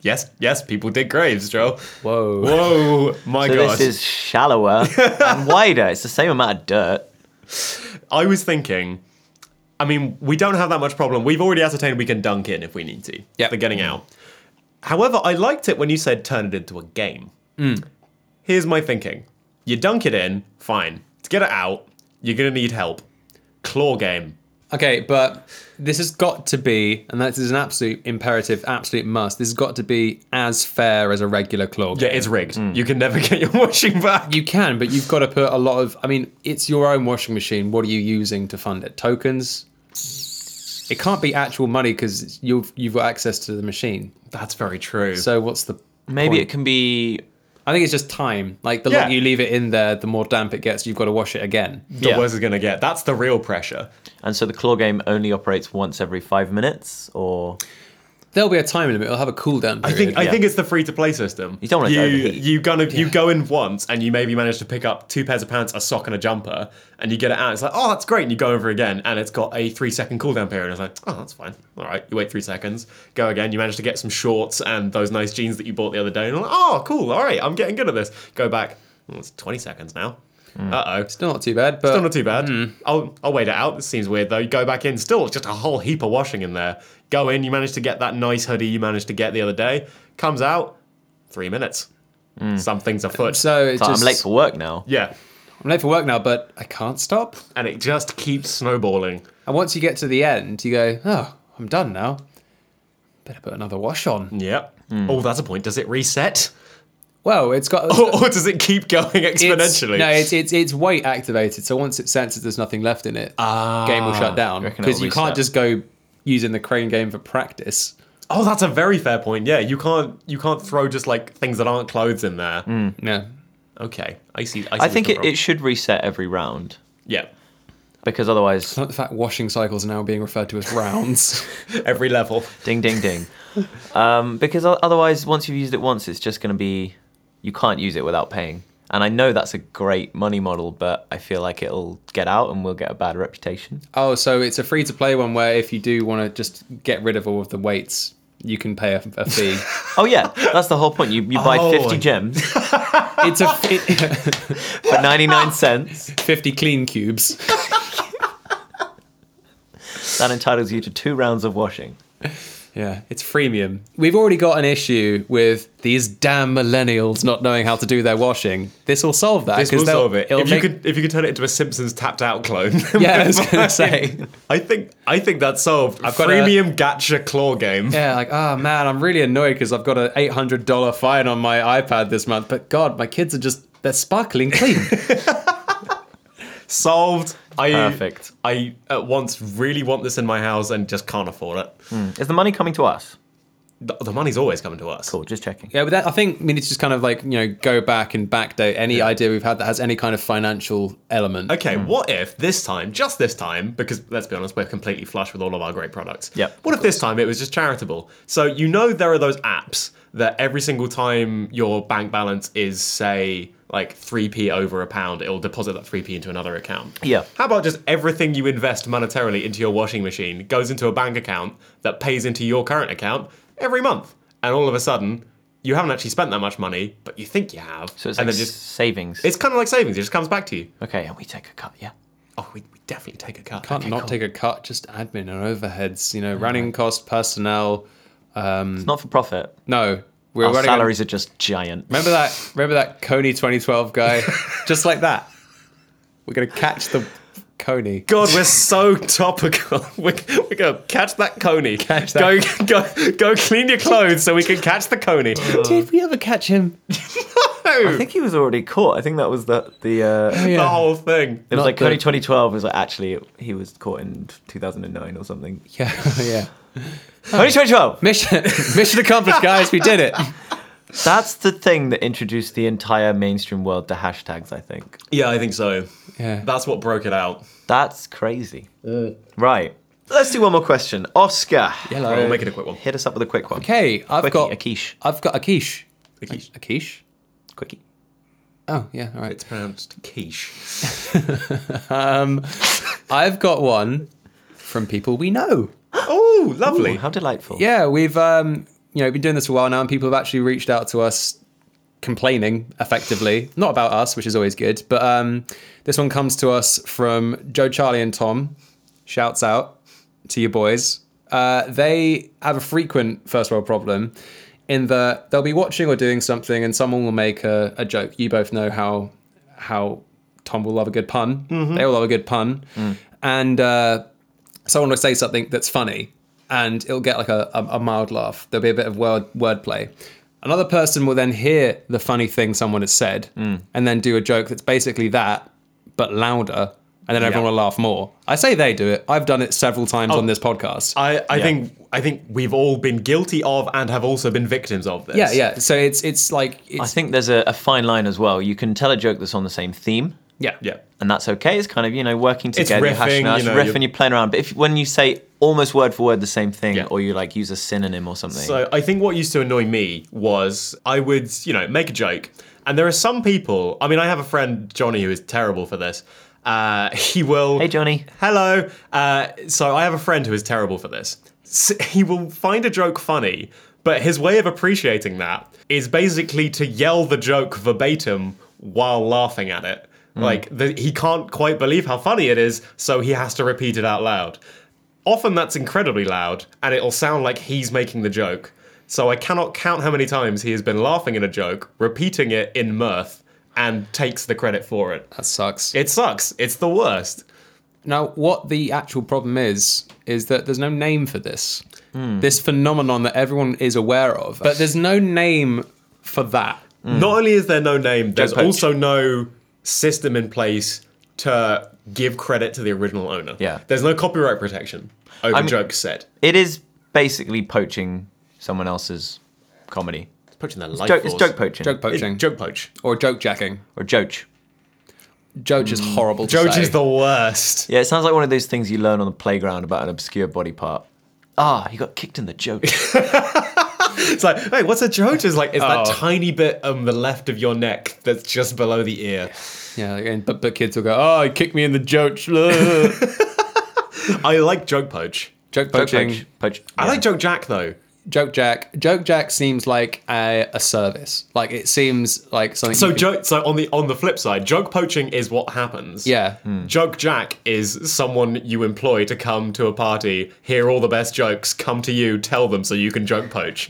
[SPEAKER 3] yes, yes, people dig graves, Joe.
[SPEAKER 2] Whoa.
[SPEAKER 3] Whoa, my
[SPEAKER 1] So
[SPEAKER 3] gosh.
[SPEAKER 1] this is shallower and wider. It's the same amount of dirt.
[SPEAKER 3] I was thinking, I mean, we don't have that much problem. We've already ascertained we can dunk in if we need to.
[SPEAKER 2] Yep.
[SPEAKER 3] For getting out. However, I liked it when you said turn it into a game. Here's my thinking. You dunk it in, fine. To get it out, you're going to need help. Claw game.
[SPEAKER 2] Okay, but this has got to be, and that is an absolute imperative, absolute must. This has got to be as fair as a regular claw
[SPEAKER 3] Yeah,
[SPEAKER 2] game.
[SPEAKER 3] it's rigged. You can never get your washing back.
[SPEAKER 2] You can, but you've got to put a lot of. I mean, it's your own washing machine. What are you using to fund it? Tokens. It can't be actual money because you've you've got access to the machine.
[SPEAKER 3] That's very true.
[SPEAKER 2] So what's the
[SPEAKER 1] Maybe
[SPEAKER 2] point?
[SPEAKER 1] it can be
[SPEAKER 2] I think it's just time. Like the
[SPEAKER 3] Yeah.
[SPEAKER 2] longer you leave it in there, the more damp it gets. You've got to wash it again.
[SPEAKER 3] the
[SPEAKER 1] yeah.
[SPEAKER 3] worse it's going to get. That's the real pressure.
[SPEAKER 1] and so the claw game only operates once every five minutes or
[SPEAKER 2] There'll be a time limit. It'll have a cooldown period.
[SPEAKER 3] I think I
[SPEAKER 1] yeah.
[SPEAKER 3] think it's the free to play system.
[SPEAKER 1] You don't wanna
[SPEAKER 3] you,
[SPEAKER 1] overheat.
[SPEAKER 3] you gonna you go in once and you maybe manage to pick up two pairs of pants, a sock, and a jumper, and you get it out. It's like, oh, that's great. And you go over again, and it's got a three second cooldown period. It's like, oh, that's fine. All right, you wait three seconds, go again. You manage to get some shorts and those nice jeans that you bought the other day, and you're like, oh, cool. All right, I'm getting good at this. Go back. Oh, it's twenty seconds now.
[SPEAKER 1] Hmm.
[SPEAKER 3] Uh oh.
[SPEAKER 2] Still not too bad, but
[SPEAKER 3] Still not too bad. I'll, I'll wait it out. This seems weird though. You go back in, still just a whole heap of washing in there. Go in, you manage to get that nice hoodie you managed to get the other day. Comes out, three minutes. Something's afoot.
[SPEAKER 2] so it's
[SPEAKER 1] So
[SPEAKER 2] just,
[SPEAKER 1] I'm late for work now.
[SPEAKER 3] yeah.
[SPEAKER 2] I'm late for work now, but I can't stop.
[SPEAKER 3] And it just keeps snowballing.
[SPEAKER 2] And once you get to the end, you go, oh, I'm done now. Better put another wash on.
[SPEAKER 3] Yep. Oh, that's a point. Does it reset?
[SPEAKER 2] Well, it's got
[SPEAKER 3] Or, or does it keep going
[SPEAKER 2] it's-
[SPEAKER 3] exponentially?
[SPEAKER 2] No, it's, it's it's weight activated. So once it senses there's nothing left in it,
[SPEAKER 3] Ah,
[SPEAKER 2] game will shut down
[SPEAKER 1] reckon
[SPEAKER 2] because
[SPEAKER 1] it'll
[SPEAKER 2] you
[SPEAKER 1] reset.
[SPEAKER 2] can't just go using the crane game for practice.
[SPEAKER 3] oh, that's a very fair point. Yeah, you can't you can't throw just like things that aren't clothes in there.
[SPEAKER 2] No,
[SPEAKER 3] Okay, I see. Hmm. I, see
[SPEAKER 1] I think
[SPEAKER 3] where
[SPEAKER 1] it,
[SPEAKER 3] you're
[SPEAKER 1] it
[SPEAKER 3] from.
[SPEAKER 1] should reset every round
[SPEAKER 3] yeah.
[SPEAKER 1] because otherwise,
[SPEAKER 2] not the fact washing cycles are now being referred to as rounds.
[SPEAKER 3] Every level.
[SPEAKER 1] ding ding ding. um, because o- otherwise, once you've used it once, it's just going to be you can't use it without paying. And I know that's a great money model, but I feel like it'll get out and we'll get a bad reputation.
[SPEAKER 2] Oh, so it's a free to play one where if you do want to just get rid of all of the weights, you can pay a, a fee.
[SPEAKER 1] Oh yeah, that's the whole point. You you buy
[SPEAKER 3] Oh.
[SPEAKER 1] 50 gems
[SPEAKER 2] it's a it,
[SPEAKER 1] for 99 cents.
[SPEAKER 2] 50 clean cubes.
[SPEAKER 1] That entitles you to two rounds of washing.
[SPEAKER 2] Yeah, it's freemium. We've already got an issue with these damn millennials not knowing how to do their washing. This will solve that.
[SPEAKER 3] This will
[SPEAKER 2] 'cause they'll-
[SPEAKER 3] solve it.
[SPEAKER 2] it'll
[SPEAKER 3] If
[SPEAKER 2] make-
[SPEAKER 3] you could, if you could turn it into a Simpsons tapped out clone.
[SPEAKER 2] Yeah, I was gonna say.
[SPEAKER 3] I think, I think that's solved. A
[SPEAKER 2] got a-
[SPEAKER 3] premium gacha claw game.
[SPEAKER 2] Yeah, like, oh man, I'm really annoyed because I've got an $800 fine on my iPad this month, but God, my kids are just, they're sparkling clean.
[SPEAKER 3] Solved. I,
[SPEAKER 1] Perfect.
[SPEAKER 3] I at once really want this in my house and just can't afford it.
[SPEAKER 1] Is the money coming to us?
[SPEAKER 3] The, the money's always coming to us.
[SPEAKER 1] Cool, just checking.
[SPEAKER 2] Yeah, but that, I think we need to just kind of like you know go back and backdate any idea we've had that has any kind of financial element.
[SPEAKER 3] Okay,
[SPEAKER 1] Hmm.
[SPEAKER 3] what if this time, just this time, because let's be honest, we're completely flush with all of our great products.
[SPEAKER 1] Yep.
[SPEAKER 3] What if this time it was just charitable? So you know there are those apps that every single time your bank balance is say like 3p over a pound, it'll deposit that 3p into another account.
[SPEAKER 1] Yeah.
[SPEAKER 3] How about just everything you invest monetarily into your washing machine goes into a bank account that pays into your current account every month. And all of a sudden, you haven't actually spent that much money, but you think you have.
[SPEAKER 1] So it's
[SPEAKER 3] and
[SPEAKER 1] like
[SPEAKER 3] then
[SPEAKER 1] s-
[SPEAKER 3] just
[SPEAKER 1] savings.
[SPEAKER 3] it's kind of like savings, it just comes back to you.
[SPEAKER 1] okay, and we take a cut, yeah.
[SPEAKER 3] Oh, we, we definitely take a cut.
[SPEAKER 2] Can't not take a cut, just admin and overheads. You know, running cost, personnel.
[SPEAKER 1] It's not for profit.
[SPEAKER 2] No, we're
[SPEAKER 1] Our
[SPEAKER 2] running. on-
[SPEAKER 1] salaries are just giant.
[SPEAKER 2] remember that? Remember that Coney 2012 guy? just like that. We're gonna catch the Coney.
[SPEAKER 3] God, we're so topical. We're, we're gonna catch that coney.
[SPEAKER 2] Catch
[SPEAKER 3] Go, go, go! Clean your clothes so we can catch the coney.
[SPEAKER 2] Did we ever catch him?
[SPEAKER 1] I think he was already caught. I think that was the the. Uh,
[SPEAKER 2] yeah.
[SPEAKER 3] The whole thing.
[SPEAKER 1] It was
[SPEAKER 2] Not
[SPEAKER 1] like
[SPEAKER 2] the-
[SPEAKER 1] Cody 2012 was like actually he was caught in 2009 or something.
[SPEAKER 2] Yeah, yeah.
[SPEAKER 1] Cody 2012.
[SPEAKER 2] Mission, mission accomplished, guys. We did it.
[SPEAKER 1] That's the thing that introduced the entire mainstream world to hashtags. I think
[SPEAKER 3] Yeah, I think so.
[SPEAKER 2] Yeah.
[SPEAKER 3] That's what broke it out.
[SPEAKER 1] that's crazy. Right. Let's do one more question. Oscar,
[SPEAKER 2] Hello.
[SPEAKER 3] We'll make it a quick one.
[SPEAKER 1] hit us up with a quick one.
[SPEAKER 2] Okay, I've
[SPEAKER 1] Quickie,
[SPEAKER 2] got
[SPEAKER 1] a quiche.
[SPEAKER 2] I've got a quiche.
[SPEAKER 3] A quiche.
[SPEAKER 2] A quiche.
[SPEAKER 1] Quickie.
[SPEAKER 2] Oh yeah, all right.
[SPEAKER 3] It's pronounced quiche.
[SPEAKER 2] I've got one from people we know.
[SPEAKER 3] Oh,
[SPEAKER 1] Ooh,
[SPEAKER 3] lovely.
[SPEAKER 1] how delightful.
[SPEAKER 2] Yeah, we've um, you know been doing this for a while now, and people have actually reached out to us complaining effectively, not about us, which is always good. But um, this one comes to us from Joe, Charlie, and Tom. Shouts out to you boys. Uh, they have a frequent first world problem in that they'll be watching or doing something, and someone will make a, a joke. You both know how how Tom will love a good pun. They all love a good pun, and. Uh, someone will say something that's funny and it'll get like a, a, a mild laugh. There'll be a bit of word wordplay. Another person will then hear the funny thing someone has said
[SPEAKER 3] Hmm.
[SPEAKER 2] and then do a joke that's basically that, but louder. And then everyone will laugh more. I say they do it. I've done it several times on this podcast.
[SPEAKER 3] Oh. I, I think I think we've all been guilty of and have also been victims of this.
[SPEAKER 2] yeah, yeah. So it's it's like
[SPEAKER 1] I
[SPEAKER 2] it's
[SPEAKER 1] think there's a, a fine line as well. You can tell a joke that's on the same theme.
[SPEAKER 2] yeah
[SPEAKER 3] Yeah.
[SPEAKER 1] and that's okay. It's kind of you know working together, you're
[SPEAKER 3] riffing,
[SPEAKER 1] hashing out, you
[SPEAKER 3] you know,
[SPEAKER 1] riffing,
[SPEAKER 3] you're-
[SPEAKER 1] you're playing around. But if when you say almost word for word the same thing,
[SPEAKER 3] Yeah.
[SPEAKER 1] or you like use a synonym or something,
[SPEAKER 3] So I think what used to annoy me was I would, you know, make a joke. And there are some people, I mean, I have a friend, Johnny, who is terrible for this. Uh, he will.
[SPEAKER 1] hey Johnny,
[SPEAKER 3] Hello. Uh, so I have a friend who is terrible for this. S he will find a joke funny, but his way of appreciating that is basically to yell the joke verbatim while laughing at it.
[SPEAKER 1] Hmm.
[SPEAKER 3] Like the, he can't quite believe how funny it is, so he has to repeat it out loud. Often that's incredibly loud, and it'll sound like he's making the joke. So I cannot count how many times he has been laughing at a joke, repeating it in mirth, and takes the credit for it.
[SPEAKER 2] that sucks.
[SPEAKER 3] It sucks. It's the worst.
[SPEAKER 2] Now, what the actual problem is, is that there's no name for this.
[SPEAKER 3] Hmm.
[SPEAKER 2] This phenomenon that everyone is aware of, but there's no name for that.
[SPEAKER 3] Not only is there no name, there's
[SPEAKER 1] poach.
[SPEAKER 3] also no system in place to give credit to the original owner.
[SPEAKER 1] Yeah.
[SPEAKER 3] There's no copyright protection over
[SPEAKER 1] I'm-
[SPEAKER 3] jokes said.
[SPEAKER 1] it is basically poaching someone else's comedy.
[SPEAKER 3] It's poaching their life
[SPEAKER 1] Joke, it's
[SPEAKER 3] force.
[SPEAKER 1] joke poaching
[SPEAKER 2] Joke
[SPEAKER 3] It's
[SPEAKER 2] poaching
[SPEAKER 3] joke poach.
[SPEAKER 2] or joke jacking.
[SPEAKER 1] or joach.
[SPEAKER 2] Joke is horrible. to
[SPEAKER 3] Joach
[SPEAKER 2] say.
[SPEAKER 3] Mm. is the worst.
[SPEAKER 1] Yeah, it sounds like one of those things you learn on the playground about an obscure body part. Ah, he got kicked in the joke.
[SPEAKER 3] It's like, hey, what's a joach? It's like, it's that
[SPEAKER 2] Oh.
[SPEAKER 3] tiny bit on the left of your neck that's just below the ear.
[SPEAKER 2] yeah. And, but but kids will go, oh, he kicked me in the joke. joke
[SPEAKER 3] I like joke poach.
[SPEAKER 1] Joke
[SPEAKER 2] poaching,
[SPEAKER 1] poach, poach.
[SPEAKER 3] I
[SPEAKER 1] Yeah.
[SPEAKER 3] like joke jack though.
[SPEAKER 2] joke jack. Joke jack seems like a, a service. Like it seems like something.
[SPEAKER 3] So
[SPEAKER 2] you can-
[SPEAKER 3] joke. So on the on the flip side, joke poaching is what happens.
[SPEAKER 2] Yeah.
[SPEAKER 3] Joke Hmm. Jack is someone you employ to come to a party, hear all the best jokes, come to you, tell them so you can joke poach.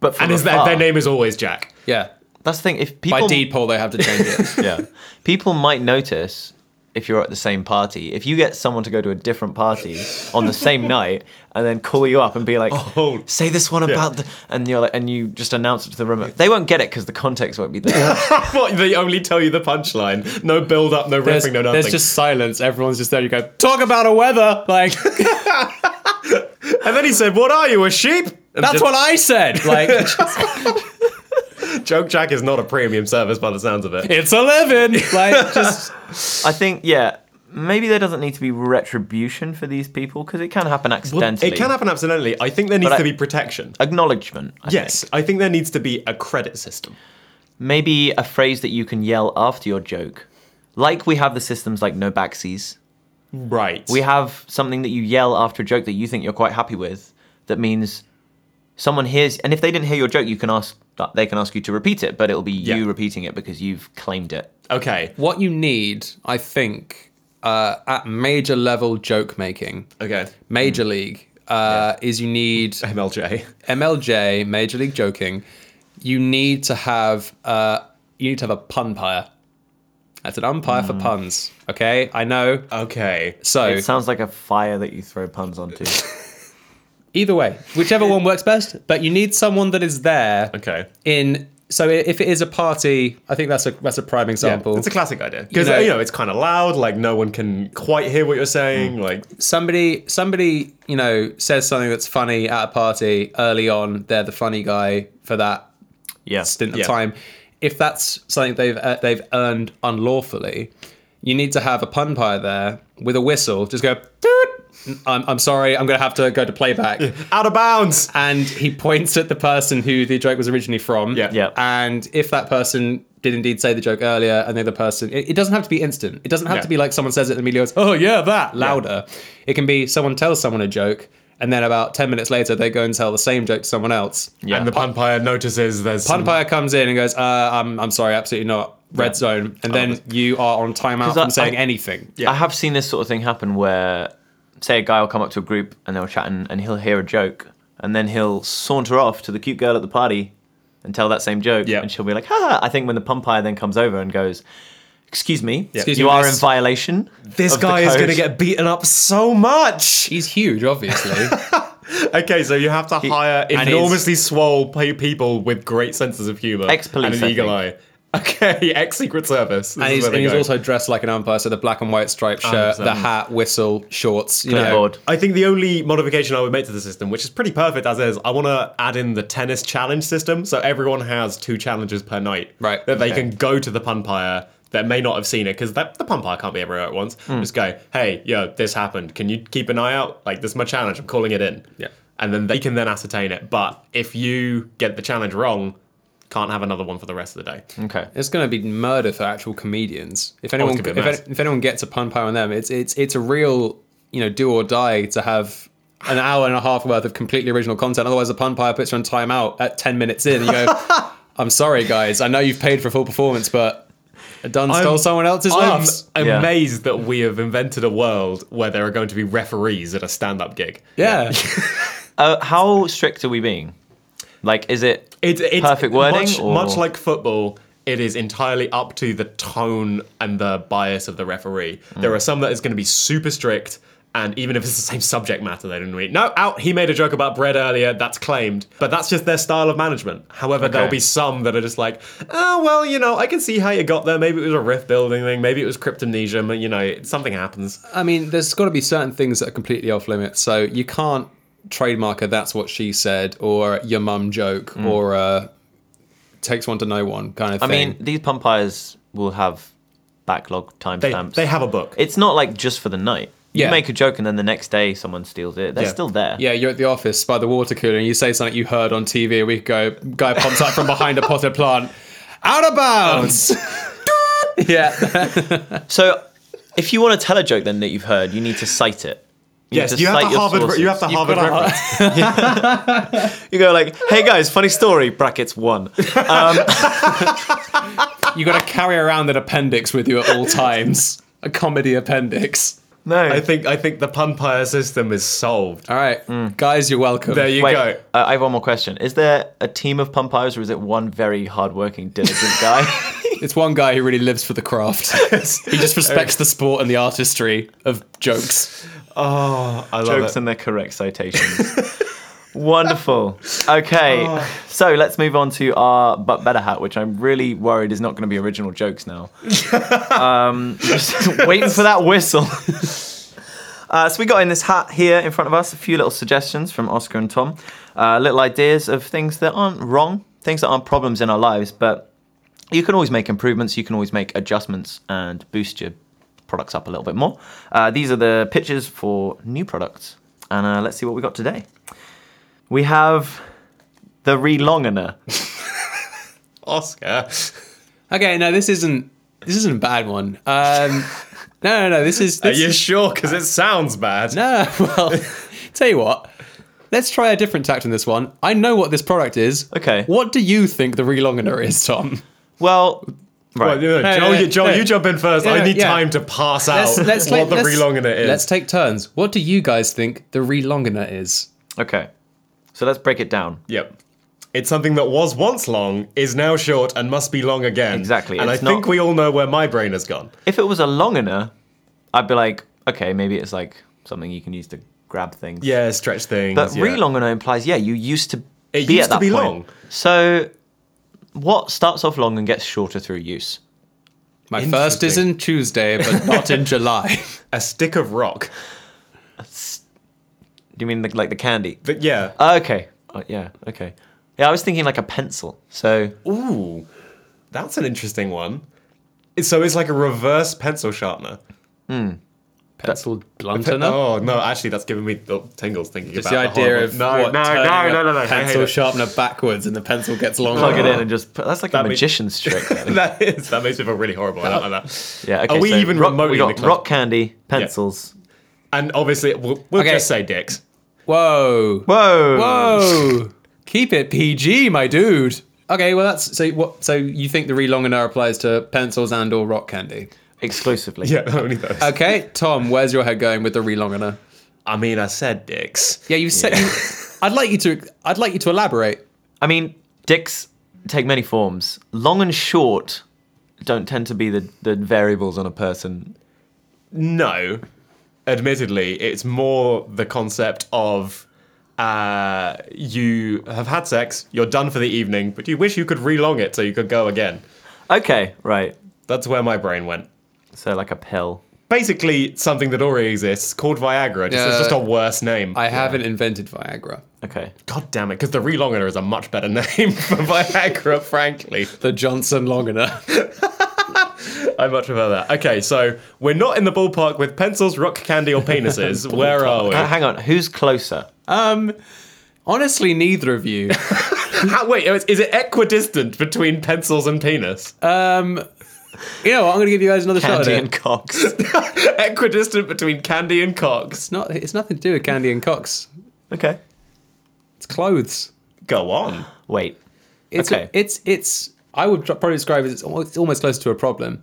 [SPEAKER 1] but from
[SPEAKER 3] And is that
[SPEAKER 1] afar.
[SPEAKER 3] their name is always Jack?
[SPEAKER 2] Yeah.
[SPEAKER 1] That's the thing. If
[SPEAKER 2] By
[SPEAKER 1] people
[SPEAKER 2] deed poll, they have to change it.
[SPEAKER 1] yeah. People might notice if you're at the same party. If you get someone to go to a different party on the same night and then call you up and be like,
[SPEAKER 3] Oh.
[SPEAKER 1] say this one about the, and you're like, and you just announce it to the room, they won't get it because the context won't be there.
[SPEAKER 3] what, they only tell you the punchline. No build up, no
[SPEAKER 2] There's,
[SPEAKER 3] riffing, no nothing.
[SPEAKER 2] there's just silence. Everyone's just there. You go, talk about a weather. Like,
[SPEAKER 3] and then he said, What are you, a sheep? And
[SPEAKER 2] that's
[SPEAKER 3] just-
[SPEAKER 2] what I said. Like,
[SPEAKER 3] Joke Jack is not a premium service by the sounds of it.
[SPEAKER 2] it's 11. Like, just,
[SPEAKER 1] I think, yeah, maybe there doesn't need to be retribution for these people because it can happen accidentally.
[SPEAKER 3] It can happen accidentally. I think there needs
[SPEAKER 1] But I-
[SPEAKER 3] to be protection.
[SPEAKER 1] Acknowledgement. I
[SPEAKER 3] Yes, I think there needs to be a credit system.
[SPEAKER 1] maybe a phrase that you can yell after your joke. Like we have the systems like no backsies.
[SPEAKER 3] Right.
[SPEAKER 1] We have something that you yell after a joke that you think you're quite happy with. That means someone hears, and if they didn't hear your joke, you can ask. They can ask you to repeat it, but it'll be
[SPEAKER 3] Yeah.
[SPEAKER 1] you repeating it because you've claimed it.
[SPEAKER 3] okay.
[SPEAKER 2] what you need, I think, uh, at major level joke making,
[SPEAKER 3] Okay.
[SPEAKER 2] major
[SPEAKER 3] Hmm.
[SPEAKER 2] league, uh, is you need
[SPEAKER 3] MLJ.
[SPEAKER 2] MLJ, Major League Joking, you need to have uh, you need to have a punpire. That's an umpire
[SPEAKER 3] Hmm.
[SPEAKER 2] for puns. Okay, I know.
[SPEAKER 3] Okay.
[SPEAKER 2] So
[SPEAKER 1] It sounds like a fire that you throw puns onto.
[SPEAKER 2] either way, whichever one works best, but you need someone that is there.
[SPEAKER 3] Okay.
[SPEAKER 2] In so i- if it is a party, I think that's a that's a prime example.
[SPEAKER 3] It's a classic idea because
[SPEAKER 2] You know-
[SPEAKER 3] you know it's kind of loud. Like no one can quite hear what you're saying.
[SPEAKER 2] Hmm.
[SPEAKER 3] Like
[SPEAKER 2] somebody somebody you know says something that's funny at a party early on. They're the funny guy for that
[SPEAKER 1] yeah,
[SPEAKER 2] stint of
[SPEAKER 3] Yeah.
[SPEAKER 2] time. If that's something they've uh, they've earned unlawfully, you need to have a punpire there with a whistle. Just go. "Toot." I'm, I'm sorry. I'm going to have to go to playback.
[SPEAKER 3] out of bounds.
[SPEAKER 2] And he points at the person who the joke was originally from.
[SPEAKER 3] Yeah.
[SPEAKER 1] Yeah.
[SPEAKER 2] And if that person did indeed say the joke earlier, and the other person, it, it doesn't have to be instant. It doesn't have
[SPEAKER 3] Yeah.
[SPEAKER 2] to be like someone says it and immediately goes, "Oh yeah, that!" Louder. It can be someone tells someone a joke, and then about ten minutes later, they go and tell the same joke to someone else.
[SPEAKER 1] yeah.
[SPEAKER 3] And the punpire notices there's some-
[SPEAKER 2] Umpire comes in and goes, uh, I'm, I'm sorry, absolutely not. Red zone. And then you are on
[SPEAKER 1] 'Cause
[SPEAKER 2] timeout from
[SPEAKER 1] Oh. I-
[SPEAKER 2] saying
[SPEAKER 1] I-
[SPEAKER 2] anything.
[SPEAKER 1] I have seen this sort of thing happen where, say, a guy will come up to a group and they'll chat and, and he'll hear a joke and then he'll saunter off to the cute girl at the party and tell that same joke.
[SPEAKER 3] Yeah.
[SPEAKER 1] And she'll be like, ha! I think when the umpire then comes over and goes, Excuse me,
[SPEAKER 2] Excuse
[SPEAKER 1] you
[SPEAKER 2] me,
[SPEAKER 1] are
[SPEAKER 2] miss.
[SPEAKER 1] in violation.
[SPEAKER 3] This
[SPEAKER 1] of the
[SPEAKER 3] guy is
[SPEAKER 1] code."
[SPEAKER 3] going to get beaten up so much.
[SPEAKER 2] He's huge, obviously.
[SPEAKER 3] Okay, so you have to hire
[SPEAKER 2] and
[SPEAKER 3] enormously swole pe- people with great senses of humor
[SPEAKER 1] Ex-police,
[SPEAKER 3] and an
[SPEAKER 1] I
[SPEAKER 3] eagle eye.
[SPEAKER 1] think.
[SPEAKER 3] Okay, ex Secret Service. This
[SPEAKER 2] and
[SPEAKER 3] is
[SPEAKER 2] he's,
[SPEAKER 3] where
[SPEAKER 2] and
[SPEAKER 3] they
[SPEAKER 2] he's
[SPEAKER 3] go.
[SPEAKER 2] also dressed like an umpire, so the black and white striped shirt, the
[SPEAKER 3] 100%.
[SPEAKER 2] hat, whistle, shorts. You know,
[SPEAKER 1] Clipboard.
[SPEAKER 3] I think the only modification I would make to the system, which is pretty perfect as is, I want to add in the tennis challenge system. So everyone has two challenges per night.
[SPEAKER 2] Right,
[SPEAKER 3] That they
[SPEAKER 2] okay.
[SPEAKER 3] can go to the punpire that may not have seen it because the punpire can't be everywhere at once.
[SPEAKER 2] Hmm.
[SPEAKER 3] Just go, hey, yo, this happened. Can you keep an eye out? Like, this is my challenge. I'm calling it in.
[SPEAKER 2] Yeah.
[SPEAKER 3] And then they can then ascertain it. But if you get the challenge wrong, can't have another one for the rest of the day.
[SPEAKER 1] Okay.
[SPEAKER 2] it's going to be murder for actual comedians. If anyone,
[SPEAKER 3] Oh, gonna
[SPEAKER 2] if,
[SPEAKER 3] be a mess.
[SPEAKER 2] any- if anyone gets a punpire on them, it's it's it's a real you know do or die to have an hour and a half worth of completely original content. Otherwise, the punpire puts you on timeout at ten minutes in. And you go, I'm sorry, guys. I know you've paid for a full performance, but Dunn stole someone else's
[SPEAKER 3] I'm
[SPEAKER 2] laughs.
[SPEAKER 1] Yeah.
[SPEAKER 3] amazed that we have invented a world where there are going to be referees at a stand up gig.
[SPEAKER 2] Yeah.
[SPEAKER 1] Uh, how strict are we being? Like, is it
[SPEAKER 3] It's, it's
[SPEAKER 1] Perfect wording,
[SPEAKER 3] Much,
[SPEAKER 1] or-
[SPEAKER 3] much like football, it is entirely up to the tone and the bias of the referee.
[SPEAKER 1] Mm.
[SPEAKER 3] There are some that is going to be super strict, and even if it's the same subject matter, they don't read. No, out. He made a joke about bread earlier. That's claimed, but that's just their style of management. However, there'll
[SPEAKER 1] Okay.
[SPEAKER 3] be some that are just like, oh well, you know, I can see how you got there. Maybe it was a riff building thing. Maybe it was cryptomnesia. but, You know, something happens.
[SPEAKER 2] I mean, there's got to be certain things that are completely off limits. So you can't trademark a "that's what she said" or your mum joke
[SPEAKER 3] Mm.
[SPEAKER 2] or a takes one to know one kind of
[SPEAKER 1] I
[SPEAKER 2] thing.
[SPEAKER 1] mean, these umpires will have backlog
[SPEAKER 3] They
[SPEAKER 1] timestamps.
[SPEAKER 3] they have a book.
[SPEAKER 1] It's not like just for the night.
[SPEAKER 2] Yeah.
[SPEAKER 1] You make a joke and then the next day someone steals it. They're
[SPEAKER 3] Yeah.
[SPEAKER 1] still there.
[SPEAKER 2] yeah, you're at the office by the water cooler and you say something you heard on TV a week ago. Guy pops up from behind a potted plant, out of bounds. yeah,
[SPEAKER 1] So, if you want to tell a joke then that you've heard, you need to cite it. You
[SPEAKER 3] yes, you have,
[SPEAKER 1] cite
[SPEAKER 3] to
[SPEAKER 1] your
[SPEAKER 3] Harvard,
[SPEAKER 1] sources.
[SPEAKER 3] you have to Harvard.
[SPEAKER 2] gotta-
[SPEAKER 3] reference.
[SPEAKER 1] You go like, "Hey guys, funny story." Brackets one.
[SPEAKER 2] you got to carry around an appendix with you at all times. A comedy appendix.
[SPEAKER 1] No,
[SPEAKER 3] I think I think the punpire system is solved.
[SPEAKER 2] All right,
[SPEAKER 3] Hmm.
[SPEAKER 2] guys, you're welcome.
[SPEAKER 3] There you
[SPEAKER 1] Wait,
[SPEAKER 3] go.
[SPEAKER 1] uh, I have one more question. Is there a team of umpires, or is it one very hardworking, diligent guy?
[SPEAKER 2] it's one guy who really lives for the craft. he just respects the sport and the artistry of jokes. Oh,
[SPEAKER 3] I love
[SPEAKER 1] Jokes
[SPEAKER 3] it.
[SPEAKER 1] and their correct citations. Wonderful. Okay,
[SPEAKER 3] Oh.
[SPEAKER 1] so let's move on to our but better hat, which I'm really worried is not going to be original jokes now. um, just waiting for that whistle. Uh, so we got in this hat here in front of us a few little suggestions from Oscar and Tom, uh, little ideas of things that aren't wrong, things that aren't problems in our lives, but you can always make improvements, you can always make adjustments and boost your products up a little bit more. Uh, these are the pictures for new products, and uh, let's see what we got today. We have the Relongener.
[SPEAKER 3] Oscar.
[SPEAKER 2] Okay, no, this isn't this isn't a bad one. Um, no, no, no. This is
[SPEAKER 3] Are
[SPEAKER 2] this
[SPEAKER 3] you
[SPEAKER 2] is-
[SPEAKER 3] sure? Because it sounds bad.
[SPEAKER 2] No, well, tell you what. Let's try a different tact on this one. I know what this product is.
[SPEAKER 1] Okay.
[SPEAKER 2] What do you think the Relongener is, Tom?
[SPEAKER 1] Well,
[SPEAKER 3] Well,
[SPEAKER 1] right.
[SPEAKER 3] no, no, Joel,
[SPEAKER 2] hey,
[SPEAKER 3] you, Joel
[SPEAKER 2] hey.
[SPEAKER 3] you jump in first.
[SPEAKER 2] Yeah,
[SPEAKER 3] I need
[SPEAKER 2] yeah.
[SPEAKER 3] time to pass out what the
[SPEAKER 2] let's-
[SPEAKER 3] relonging it is.
[SPEAKER 2] Let's take turns. What do you guys think the Relongener is?
[SPEAKER 1] Okay. So let's break it down.
[SPEAKER 3] Yep. It's something that was once long, is now short, and must be long again.
[SPEAKER 1] Exactly,
[SPEAKER 3] And
[SPEAKER 1] it's
[SPEAKER 3] I think
[SPEAKER 1] not-
[SPEAKER 3] we all know where my brain has gone.
[SPEAKER 1] If it was a Longener, I'd be like, okay, maybe it's like something you can use to grab things.
[SPEAKER 3] Yeah, stretch things.
[SPEAKER 1] But
[SPEAKER 3] yeah.
[SPEAKER 1] Relongener implies, yeah, you used to
[SPEAKER 3] It
[SPEAKER 1] be at
[SPEAKER 3] used to
[SPEAKER 1] that
[SPEAKER 3] be
[SPEAKER 1] point.
[SPEAKER 3] long.
[SPEAKER 1] So what starts off long and gets shorter through use?
[SPEAKER 2] My first is in Tuesday, but not in July.
[SPEAKER 3] A stick of rock.
[SPEAKER 1] Do you mean the, like the candy?
[SPEAKER 3] But yeah.
[SPEAKER 1] okay. Uh, yeah. Okay. Yeah, I was thinking like a pencil. So
[SPEAKER 3] Ooh, that's an interesting one. So it's like a reverse pencil sharpener.
[SPEAKER 2] Pencil bluntener.
[SPEAKER 3] Oh no, actually, that's giving me the tingles thinking
[SPEAKER 2] It's the
[SPEAKER 3] about
[SPEAKER 2] idea
[SPEAKER 3] horrible-
[SPEAKER 2] of
[SPEAKER 3] no,
[SPEAKER 2] what,
[SPEAKER 3] no,
[SPEAKER 2] turning
[SPEAKER 3] no,
[SPEAKER 2] a
[SPEAKER 3] no, no, no, I hate
[SPEAKER 2] pencil
[SPEAKER 3] it.
[SPEAKER 2] sharpener backwards and the pencil gets longer.
[SPEAKER 1] plug it in and just put, that's like a
[SPEAKER 3] be-
[SPEAKER 1] magician's trick. really.
[SPEAKER 3] that is that makes me feel really horrible. I don't like that.
[SPEAKER 1] Yeah. Okay.
[SPEAKER 3] Are we
[SPEAKER 1] so
[SPEAKER 3] even
[SPEAKER 1] rock,
[SPEAKER 3] remotely
[SPEAKER 1] We
[SPEAKER 3] in
[SPEAKER 1] got
[SPEAKER 3] the club?
[SPEAKER 1] rock candy, pencils.
[SPEAKER 3] And obviously, we'll, we'll
[SPEAKER 2] Okay.
[SPEAKER 3] just say dicks.
[SPEAKER 2] Whoa.
[SPEAKER 1] Whoa.
[SPEAKER 2] Whoa! Keep it PG, my dude. Okay, well that's so. What? So you think the relongener applies to pencils and or rock candy?
[SPEAKER 1] Exclusively.
[SPEAKER 3] Yeah, only those.
[SPEAKER 2] Okay, Tom, where's your head going with the relongener?
[SPEAKER 3] I mean, I said dicks.
[SPEAKER 2] Yeah, you said. I'd like you to. I'd like you to elaborate.
[SPEAKER 1] I mean, dicks take many forms. Long and short don't tend to be the, the variables on a person.
[SPEAKER 3] No, admittedly, it's more the concept of uh, you have had sex, you're done for the evening, but you wish you could relong it so you could go again.
[SPEAKER 1] Okay. Right.
[SPEAKER 3] That's where my brain went.
[SPEAKER 1] So like a pill.
[SPEAKER 3] Basically, something that already exists called Viagra. Just, it's just
[SPEAKER 2] Yeah.
[SPEAKER 3] a worse name.
[SPEAKER 2] I haven't invented Viagra.
[SPEAKER 1] Okay.
[SPEAKER 3] God damn it, because the relongener is a much better name for Viagra, frankly.
[SPEAKER 2] The Johnson longener.
[SPEAKER 3] I much prefer that. Okay, so we're not in the ballpark with pencils, rock candy, or penises. Where are we?
[SPEAKER 1] Uh, hang on. Who's closer?
[SPEAKER 2] um, honestly, neither of you.
[SPEAKER 3] How- wait, is is it equidistant between pencils and penis?
[SPEAKER 2] Um, you know what? I'm gonna give you guys another shot.
[SPEAKER 1] Candy
[SPEAKER 2] At it.
[SPEAKER 1] and Cox.
[SPEAKER 3] equidistant between candy and cocks.
[SPEAKER 2] It's not. It's nothing to do with candy and cocks.
[SPEAKER 1] okay.
[SPEAKER 2] It's clothes.
[SPEAKER 3] Go on.
[SPEAKER 1] Wait.
[SPEAKER 2] It's
[SPEAKER 1] Okay.
[SPEAKER 2] it's it's. I would dr- probably describe it as almost, it's almost close to a problem.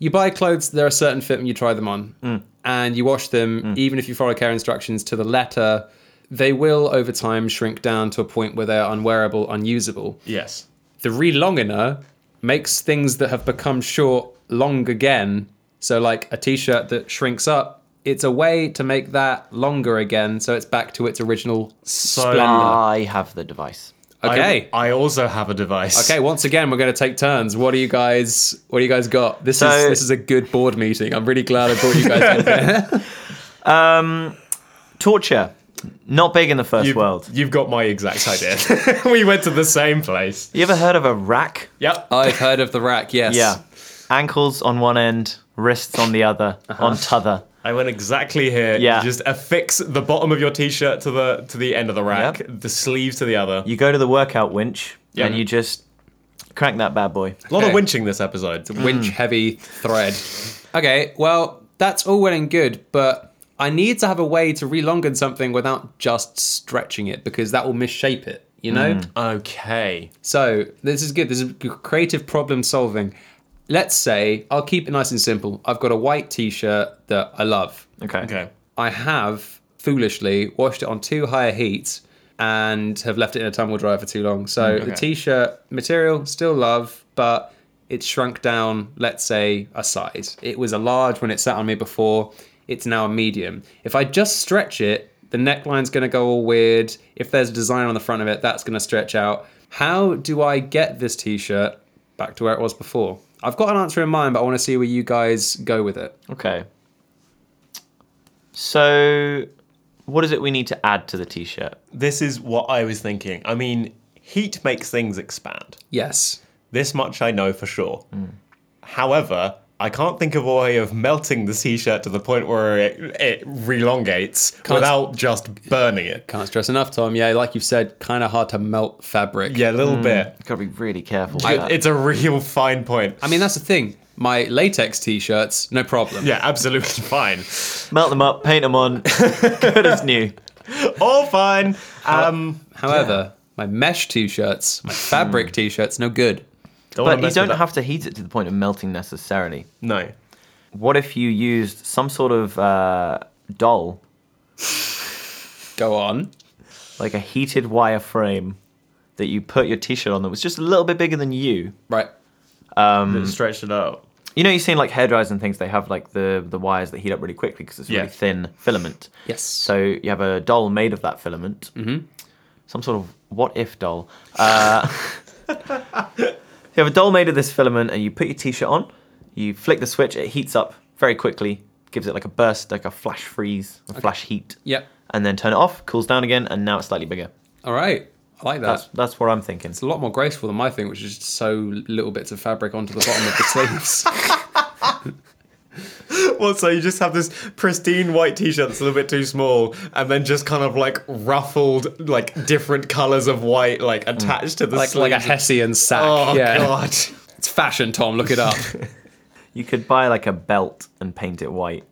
[SPEAKER 2] You buy clothes, they're a certain fit, and you try them on, and you wash them. Even if you follow care instructions to the letter, they will over time shrink down to a point where they're unwearable, unusable.
[SPEAKER 3] Yes.
[SPEAKER 2] The relongener makes things that have become short long again. So, like a t-shirt that shrinks up, it's a way to make that longer again, so it's back to its original splendor.
[SPEAKER 1] I have the device.
[SPEAKER 2] Okay.
[SPEAKER 3] I, I also have a device.
[SPEAKER 2] Okay, once again, we're going to take turns. What do you guys? What do you guys got? This is
[SPEAKER 1] So-
[SPEAKER 2] this is a good board meeting. I'm really glad I brought you guys in here.
[SPEAKER 1] Torture. Not big in the first
[SPEAKER 3] You've,
[SPEAKER 1] world.
[SPEAKER 3] you've got my exact idea. we went to the same place.
[SPEAKER 1] You ever heard of a rack?
[SPEAKER 3] Yep.
[SPEAKER 2] I've heard of the rack. Yes.
[SPEAKER 1] Yeah. Ankles on one end, wrists on the other,
[SPEAKER 3] Uh-huh.
[SPEAKER 1] on t'other.
[SPEAKER 3] I went exactly here.
[SPEAKER 1] Yeah.
[SPEAKER 3] You just affix the bottom of your t-shirt to the to the end of the rack,
[SPEAKER 1] Yep.
[SPEAKER 3] the sleeves to the other.
[SPEAKER 1] You go to the workout winch
[SPEAKER 3] Yeah.
[SPEAKER 1] and you just crank that bad boy.
[SPEAKER 3] A lot of
[SPEAKER 2] Okay. Mm.
[SPEAKER 3] winching this episode.
[SPEAKER 2] Winch
[SPEAKER 1] Hmm.
[SPEAKER 2] heavy thread. Okay. Well, that's all well and good, but I need to have a way to relongen something without just stretching it because that will misshape it. You know.
[SPEAKER 1] Hmm.
[SPEAKER 3] Okay.
[SPEAKER 2] So this is good. This is creative problem solving. Let's say I'll keep it nice and simple. I've got a white T-shirt that I love.
[SPEAKER 1] Okay.
[SPEAKER 3] Okay.
[SPEAKER 2] I have foolishly washed it on too high a heat and have left it in a tumble dryer for too long. So the t-shirt material still love, but It's shrunk down, let's say, a size. It was a large when it sat on me before. It's now a medium. If I just stretch it, the neckline's going to go all weird. If there's a design on the front of it, that's going to stretch out. How do I get this t shirt back to where it was before? I've got an answer in mind, but I want to see where you guys go with it.
[SPEAKER 1] Okay. So, what is it we need to add to the t-shirt?
[SPEAKER 3] This is what I was thinking. I mean, heat makes things expand.
[SPEAKER 2] Yes.
[SPEAKER 3] This much I know for sure. However, I can't think of a way of melting the t-shirt to the point where it, it relongates without just burning it.
[SPEAKER 2] Can't stress enough, Tom. Yeah, like you've said, kind of hard to melt fabric.
[SPEAKER 3] Yeah, a little bit.
[SPEAKER 1] Got to be really careful. With
[SPEAKER 3] It-
[SPEAKER 1] that.
[SPEAKER 3] It's a real fine point.
[SPEAKER 2] I mean, that's the thing. My latex t-shirts, no problem.
[SPEAKER 3] yeah, absolutely fine.
[SPEAKER 1] Melt them up, paint them on, good as new.
[SPEAKER 3] All fine. Um,
[SPEAKER 2] However, my mesh t-shirts, my
[SPEAKER 3] Hmm.
[SPEAKER 2] fabric t-shirts, no good.
[SPEAKER 3] don't wanna
[SPEAKER 1] But you
[SPEAKER 3] mess with
[SPEAKER 1] don't
[SPEAKER 3] that.
[SPEAKER 1] have to heat it to the point of melting necessarily.
[SPEAKER 3] No.
[SPEAKER 1] What if you used some sort of uh, doll,
[SPEAKER 2] Go on.
[SPEAKER 1] like a heated wire frame, that you put your t-shirt on that was just a little bit bigger than you?
[SPEAKER 2] Right.
[SPEAKER 3] Stretch it out.
[SPEAKER 1] You know, you've seen like hairdryers and things. They have like the the wires that heat up really quickly because it's really
[SPEAKER 3] Yeah.
[SPEAKER 1] thin filament.
[SPEAKER 2] Yes.
[SPEAKER 1] So you have a doll made of that filament. Mm-hmm. Some sort of what if doll. Uh, you have a doll made of this filament, and you put your t-shirt on. You flick the switch; it heats up very quickly, gives it like a burst, like a flash freeze, a flash heat.
[SPEAKER 2] Yep.
[SPEAKER 1] And then turn it off, cools down again, and now it's slightly bigger.
[SPEAKER 2] All right. I like that.
[SPEAKER 1] That's that's what I'm thinking.
[SPEAKER 2] it's a lot more graceful than my thing, which is just so little bits of fabric onto the bottom of the sleeves.
[SPEAKER 3] Well, so you just have this pristine white t-shirt that's a little bit too small, and then just kind of like ruffled, like different colors of white, Mm. like attached to the
[SPEAKER 2] like like a
[SPEAKER 3] sleeves.
[SPEAKER 2] Hessian sack.
[SPEAKER 3] Oh
[SPEAKER 2] yeah.
[SPEAKER 3] god.
[SPEAKER 2] It's fashion, Tom. Look it up.
[SPEAKER 1] You could buy like a belt and paint it white.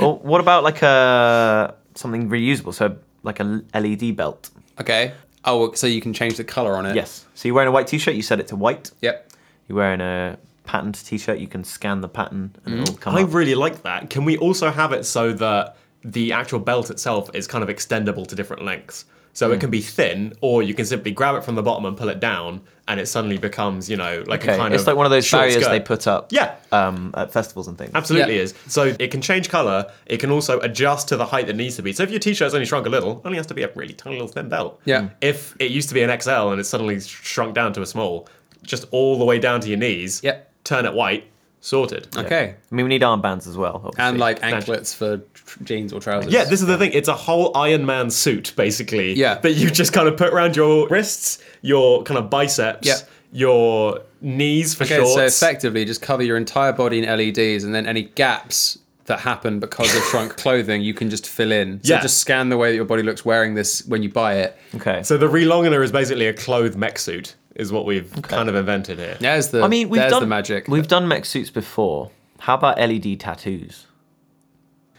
[SPEAKER 1] or what about like a something reusable? So like a LED belt.
[SPEAKER 2] okay. Oh, so you can change the color on it.
[SPEAKER 1] Yes. So you're wearing a white t-shirt. You set it to white.
[SPEAKER 2] Yep.
[SPEAKER 1] You're wearing a patterned t-shirt. You can scan the pattern and it'll come
[SPEAKER 3] I
[SPEAKER 1] up.
[SPEAKER 3] really like that. Can we also have it so that the actual belt itself is kind of extendable to different lengths? So it can be thin, or you can simply grab it from the bottom and pull it down, and it suddenly becomes, you know, like
[SPEAKER 1] Okay.
[SPEAKER 3] a kind
[SPEAKER 1] it's
[SPEAKER 3] of
[SPEAKER 1] like one of those
[SPEAKER 3] short
[SPEAKER 1] barriers
[SPEAKER 3] skirt.
[SPEAKER 1] they put up.
[SPEAKER 3] Yeah.
[SPEAKER 1] Um, at festivals and things.
[SPEAKER 3] Absolutely
[SPEAKER 2] Yeah.
[SPEAKER 3] is. So it can change color. It can also adjust to the height that needs to be. So if your t-shirt's only shrunk a little, it only has to be a really tiny little thin belt.
[SPEAKER 2] Yeah.
[SPEAKER 3] If it used to be an XL and it's suddenly shrunk down to a small, just all the way down to your knees.
[SPEAKER 2] Yep.
[SPEAKER 3] Turn it white. Sorted.
[SPEAKER 2] Okay.
[SPEAKER 1] I mean, we need armbands as well. Obviously.
[SPEAKER 2] And like anklets for tr- jeans or trousers.
[SPEAKER 3] Yeah, this is the thing. It's a whole Iron Man suit, basically.
[SPEAKER 2] Yeah.
[SPEAKER 3] That you just kind of put around your wrists, your kind of biceps,
[SPEAKER 2] Yeah.
[SPEAKER 3] your knees for
[SPEAKER 2] Okay,
[SPEAKER 3] shorts.
[SPEAKER 2] so effectively, just cover your entire body in LEDs, and then any gaps that happen because of shrunk clothing, you can just fill in. So
[SPEAKER 3] Yeah.
[SPEAKER 2] just scan the way that your body looks wearing this when you buy it.
[SPEAKER 1] Okay.
[SPEAKER 3] So the relongener is basically a clothed mech suit, is what we've kind of invented here.
[SPEAKER 2] There's the.
[SPEAKER 1] I mean, we've
[SPEAKER 2] there's
[SPEAKER 1] done
[SPEAKER 2] the magic.
[SPEAKER 1] We've done mech suits before. How about LED tattoos?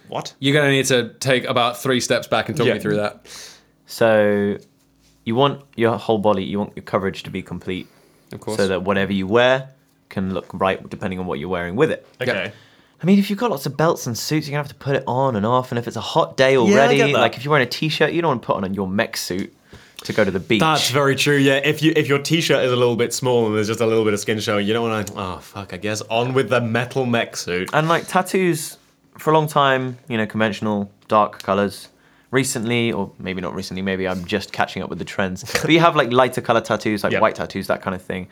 [SPEAKER 3] What?
[SPEAKER 2] You're gonna need to take about three steps back and talk
[SPEAKER 3] Yeah.
[SPEAKER 2] me through that.
[SPEAKER 1] So you want your whole body, you want your coverage to be complete.
[SPEAKER 2] Of course.
[SPEAKER 1] So that whatever you wear can look right depending on what you're wearing with it.
[SPEAKER 3] Okay.
[SPEAKER 1] I mean, if you've got lots of belts and suits, you're going to have to put it on and off. And if it's a hot day already,
[SPEAKER 3] get that.
[SPEAKER 1] like if you're wearing a t shirt, you don't want to put on your mech suit to go to the beach.
[SPEAKER 3] That's very true. Yeah, if you if your t-shirt is a little bit small and there's just a little bit of skin showing, you don't want to. Oh fuck! I guess on with the metal mech suit.
[SPEAKER 1] and like tattoos, for a long time, you know, conventional dark colors. Recently, or maybe not recently, maybe I'm just catching up with the trends. but you have like lighter color tattoos, like
[SPEAKER 3] Yep.
[SPEAKER 1] white tattoos, that kind of thing.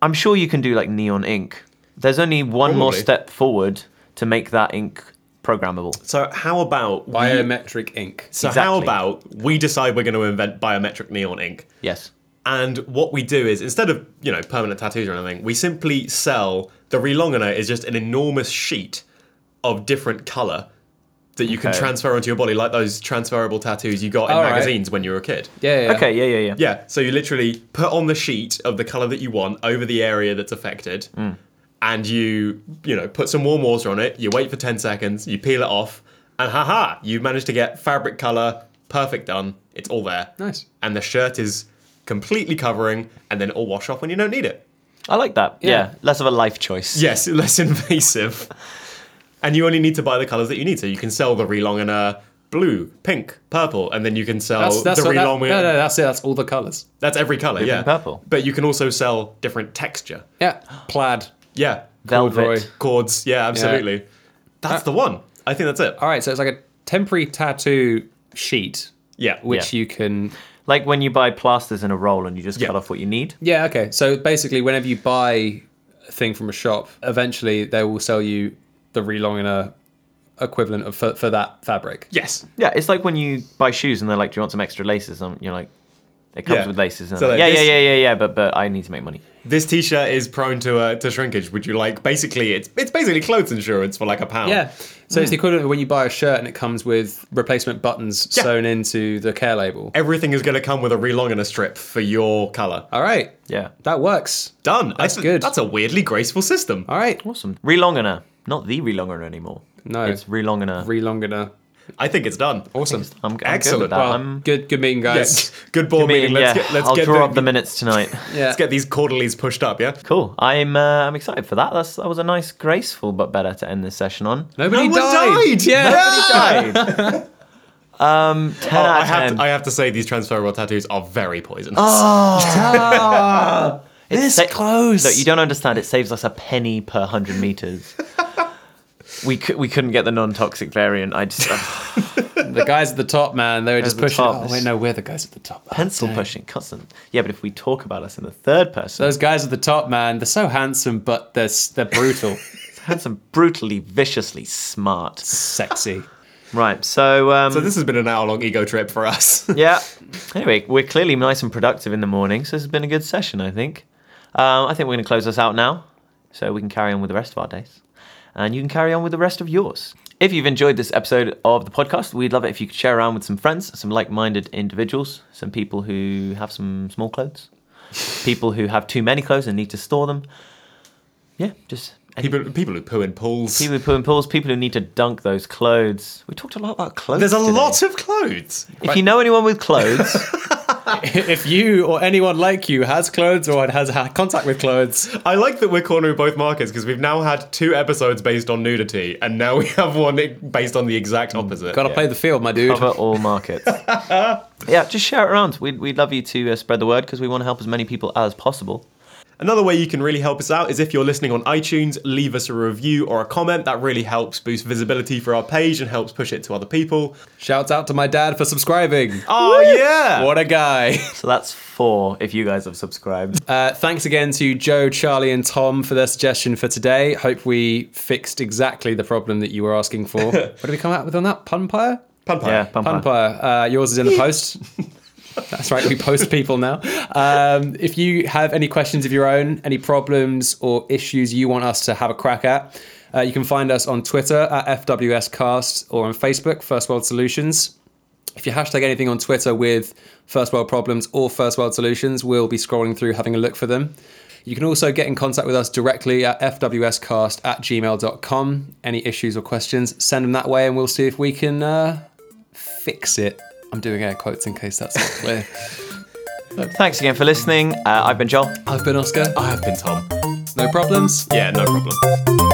[SPEAKER 1] I'm sure you can do like neon ink. There's only one more
[SPEAKER 3] Probably.
[SPEAKER 1] step forward to make that ink programmable.
[SPEAKER 3] So how about we-
[SPEAKER 2] Biometric ink.
[SPEAKER 3] so how
[SPEAKER 1] Exactly.
[SPEAKER 3] about we decide we're going to invent biometric neon ink?
[SPEAKER 1] Yes.
[SPEAKER 3] And what we do is instead of you know permanent tattoos or anything, we simply sell the relonginer is just an enormous sheet of different color that you can
[SPEAKER 1] Okay.
[SPEAKER 3] transfer onto your body, like those transferable tattoos you got in
[SPEAKER 2] All right.
[SPEAKER 3] magazines when you were a kid.
[SPEAKER 2] Yeah. yeah, yeah.
[SPEAKER 1] Okay, yeah, yeah, yeah.
[SPEAKER 3] Yeah, so you literally put on the sheet of the color that you want over the area that's affected,
[SPEAKER 2] Hmm.
[SPEAKER 3] and you you know put some warm water on it. You wait for ten seconds, you peel it off, and haha, you've managed to get fabric color perfect done. It's all there.
[SPEAKER 2] Nice.
[SPEAKER 3] And the shirt is completely covering, and then it'll wash off when you don't need it.
[SPEAKER 1] I like that. Yeah.
[SPEAKER 2] Yeah.
[SPEAKER 1] Less of a life choice.
[SPEAKER 3] Yes, less invasive. and you only need to buy the colors that you need, so you can sell the relongener, blue, pink, purple, and then you can sell
[SPEAKER 2] That's, that's,
[SPEAKER 3] Oh, the
[SPEAKER 2] all- that-
[SPEAKER 3] Relong.
[SPEAKER 2] no, no, that's it. That's all the colors.
[SPEAKER 3] That's every color, yeah.
[SPEAKER 1] pink, purple.
[SPEAKER 3] But you can also sell different texture.
[SPEAKER 2] Yeah, plaid.
[SPEAKER 3] Yeah.
[SPEAKER 1] Velvet.
[SPEAKER 2] Corduroy.
[SPEAKER 3] Chords, yeah, absolutely.
[SPEAKER 1] Uh,
[SPEAKER 3] That's the one. I think that's it.
[SPEAKER 2] All right, so it's like a temporary tattoo sheet,
[SPEAKER 3] Yeah.
[SPEAKER 2] which
[SPEAKER 1] Yeah.
[SPEAKER 2] you can.
[SPEAKER 1] Like when you buy plasters in a roll and you just cut off what you need.
[SPEAKER 2] Yeah, okay. So basically, whenever you buy a thing from a shop, eventually they will sell you the Relonginer equivalent of for, for that fabric.
[SPEAKER 3] Yes.
[SPEAKER 1] Yeah, it's like when you buy shoes and they're like, "Do you want some extra laces?" And you're like, "It comes
[SPEAKER 3] Yeah.
[SPEAKER 1] with laces." And
[SPEAKER 3] So,
[SPEAKER 1] they're
[SPEAKER 3] like,
[SPEAKER 1] like, yeah,
[SPEAKER 3] this-
[SPEAKER 1] yeah, yeah, yeah, yeah, but but I need to make money.
[SPEAKER 3] This t-shirt is prone to uh, to shrinkage. Would you like basically it's it's basically clothes insurance for like a pound.
[SPEAKER 2] Yeah. Hmm. So it's the equivalent of when you buy a shirt and it comes with replacement buttons
[SPEAKER 3] Yeah.
[SPEAKER 2] sewn into the care label.
[SPEAKER 3] Everything is going to come with a relong and a strip for your color.
[SPEAKER 2] All right.
[SPEAKER 1] Yeah,
[SPEAKER 2] That works.
[SPEAKER 3] Done.
[SPEAKER 2] That's
[SPEAKER 3] I th-
[SPEAKER 2] good.
[SPEAKER 3] That's a weirdly graceful system.
[SPEAKER 1] Uh,
[SPEAKER 2] All right.
[SPEAKER 1] awesome. Relonginer, not the relonginer anymore.
[SPEAKER 2] No.
[SPEAKER 1] it's relonginer.
[SPEAKER 2] Relonginer.
[SPEAKER 3] I think it's done.
[SPEAKER 2] Awesome.
[SPEAKER 1] I'm, I'm good
[SPEAKER 3] Excellent.
[SPEAKER 1] with that.
[SPEAKER 3] Well,
[SPEAKER 1] I'm
[SPEAKER 2] Good good meeting, guys.
[SPEAKER 3] Yes. Good board meeting.
[SPEAKER 1] meeting,
[SPEAKER 3] Let's
[SPEAKER 1] yeah,
[SPEAKER 3] get let's
[SPEAKER 1] I'll
[SPEAKER 3] get
[SPEAKER 1] draw
[SPEAKER 3] the-
[SPEAKER 1] up the minutes tonight.
[SPEAKER 2] Yeah.
[SPEAKER 3] Let's get these quarterlies pushed up. Yeah.
[SPEAKER 1] Cool. I'm uh, I'm excited for that. That's that was a nice, graceful but better to end this session on.
[SPEAKER 2] Nobody
[SPEAKER 3] No one
[SPEAKER 2] died.
[SPEAKER 3] died!
[SPEAKER 2] Yeah.
[SPEAKER 1] um, ten
[SPEAKER 3] Oh,
[SPEAKER 1] out
[SPEAKER 3] I
[SPEAKER 1] of
[SPEAKER 3] have
[SPEAKER 1] ten. Oh.
[SPEAKER 3] to, I have to say these transferable tattoos are very poisonous.
[SPEAKER 1] It's
[SPEAKER 2] This close.
[SPEAKER 1] Look, you don't understand. It saves us a penny per hundred meters. we could we couldn't get the non-toxic variant. I just
[SPEAKER 2] The guys at the top, man, they were just
[SPEAKER 1] at the
[SPEAKER 2] pushing.
[SPEAKER 1] top.
[SPEAKER 2] Oh wait, no, we're the guys at the top. Oh,
[SPEAKER 1] pencil
[SPEAKER 2] dang.
[SPEAKER 1] pushing constant. Yeah, but if we talk about us in the third person,
[SPEAKER 2] Those guys at the top, man, they're so handsome, but they're s- they're brutal,
[SPEAKER 1] handsome, brutally, viciously smart.
[SPEAKER 2] sexy.
[SPEAKER 1] Right. So um,
[SPEAKER 3] so this has been an hour long ego trip for us.
[SPEAKER 1] yeah. Anyway, we're clearly nice and productive in the morning, so this has been a good session, I think. Um, I think we're going to close this out now, so we can carry on with the rest of our days, and you can carry on with the rest of yours. If you've enjoyed this episode of the podcast, we'd love it if you could share around with some friends, some like-minded individuals, some people who have some small clothes, people who have too many clothes and need to store them. Yeah, just any-
[SPEAKER 3] people people who poo in pools.
[SPEAKER 1] People who poo in pools, people who need to dunk those clothes. We talked a lot about clothes.
[SPEAKER 3] There's a
[SPEAKER 1] today.
[SPEAKER 3] lot of clothes.
[SPEAKER 1] If you know anyone with clothes,
[SPEAKER 2] if you or anyone like you has clothes or has had contact with clothes,
[SPEAKER 3] I like that we're cornering both markets because we've now had two episodes based on nudity, and now we have one based on the exact
[SPEAKER 1] Mm,
[SPEAKER 3] opposite.
[SPEAKER 2] gotta play the field, my dude.
[SPEAKER 1] cover all markets. yeah, just share it around. We'd, we'd love you to uh, spread the word because we want to help as many people as possible.
[SPEAKER 3] Another way you can really help us out is if you're listening on iTunes, leave us a review or a comment. That really helps boost visibility for our page and helps push it to other people.
[SPEAKER 2] Shouts out to my dad for subscribing.
[SPEAKER 3] Oh yeah!
[SPEAKER 2] What a guy.
[SPEAKER 1] So that's four if you guys have subscribed.
[SPEAKER 2] Uh, thanks again to Joe, Charlie, and Tom for their suggestion for today. Hope we fixed exactly the problem that you were asking for. what did we come out with on that? Punpire?
[SPEAKER 3] Punpire.
[SPEAKER 1] yeah, pump
[SPEAKER 2] Punpire. Uh, yours is in the post. That's right, we post people now. Um, if you have any questions of your own, any problems or issues you want us to have a crack at, uh, you can find us on Twitter at FWScast or on Facebook, First World Solutions. If you hashtag anything on Twitter with First World Problems or First World Solutions, we'll be scrolling through having a look for them. You can also get in contact with us directly at fwscast at gmail.com. Any issues or questions, send them that way and we'll see if we can uh, fix it. I'm doing air quotes in case that's not clear.
[SPEAKER 1] Thanks again for listening. Uh, I've been Joel.
[SPEAKER 2] I've been Oscar.
[SPEAKER 3] I have been Tom.
[SPEAKER 2] No problems.
[SPEAKER 3] Yeah, no problem.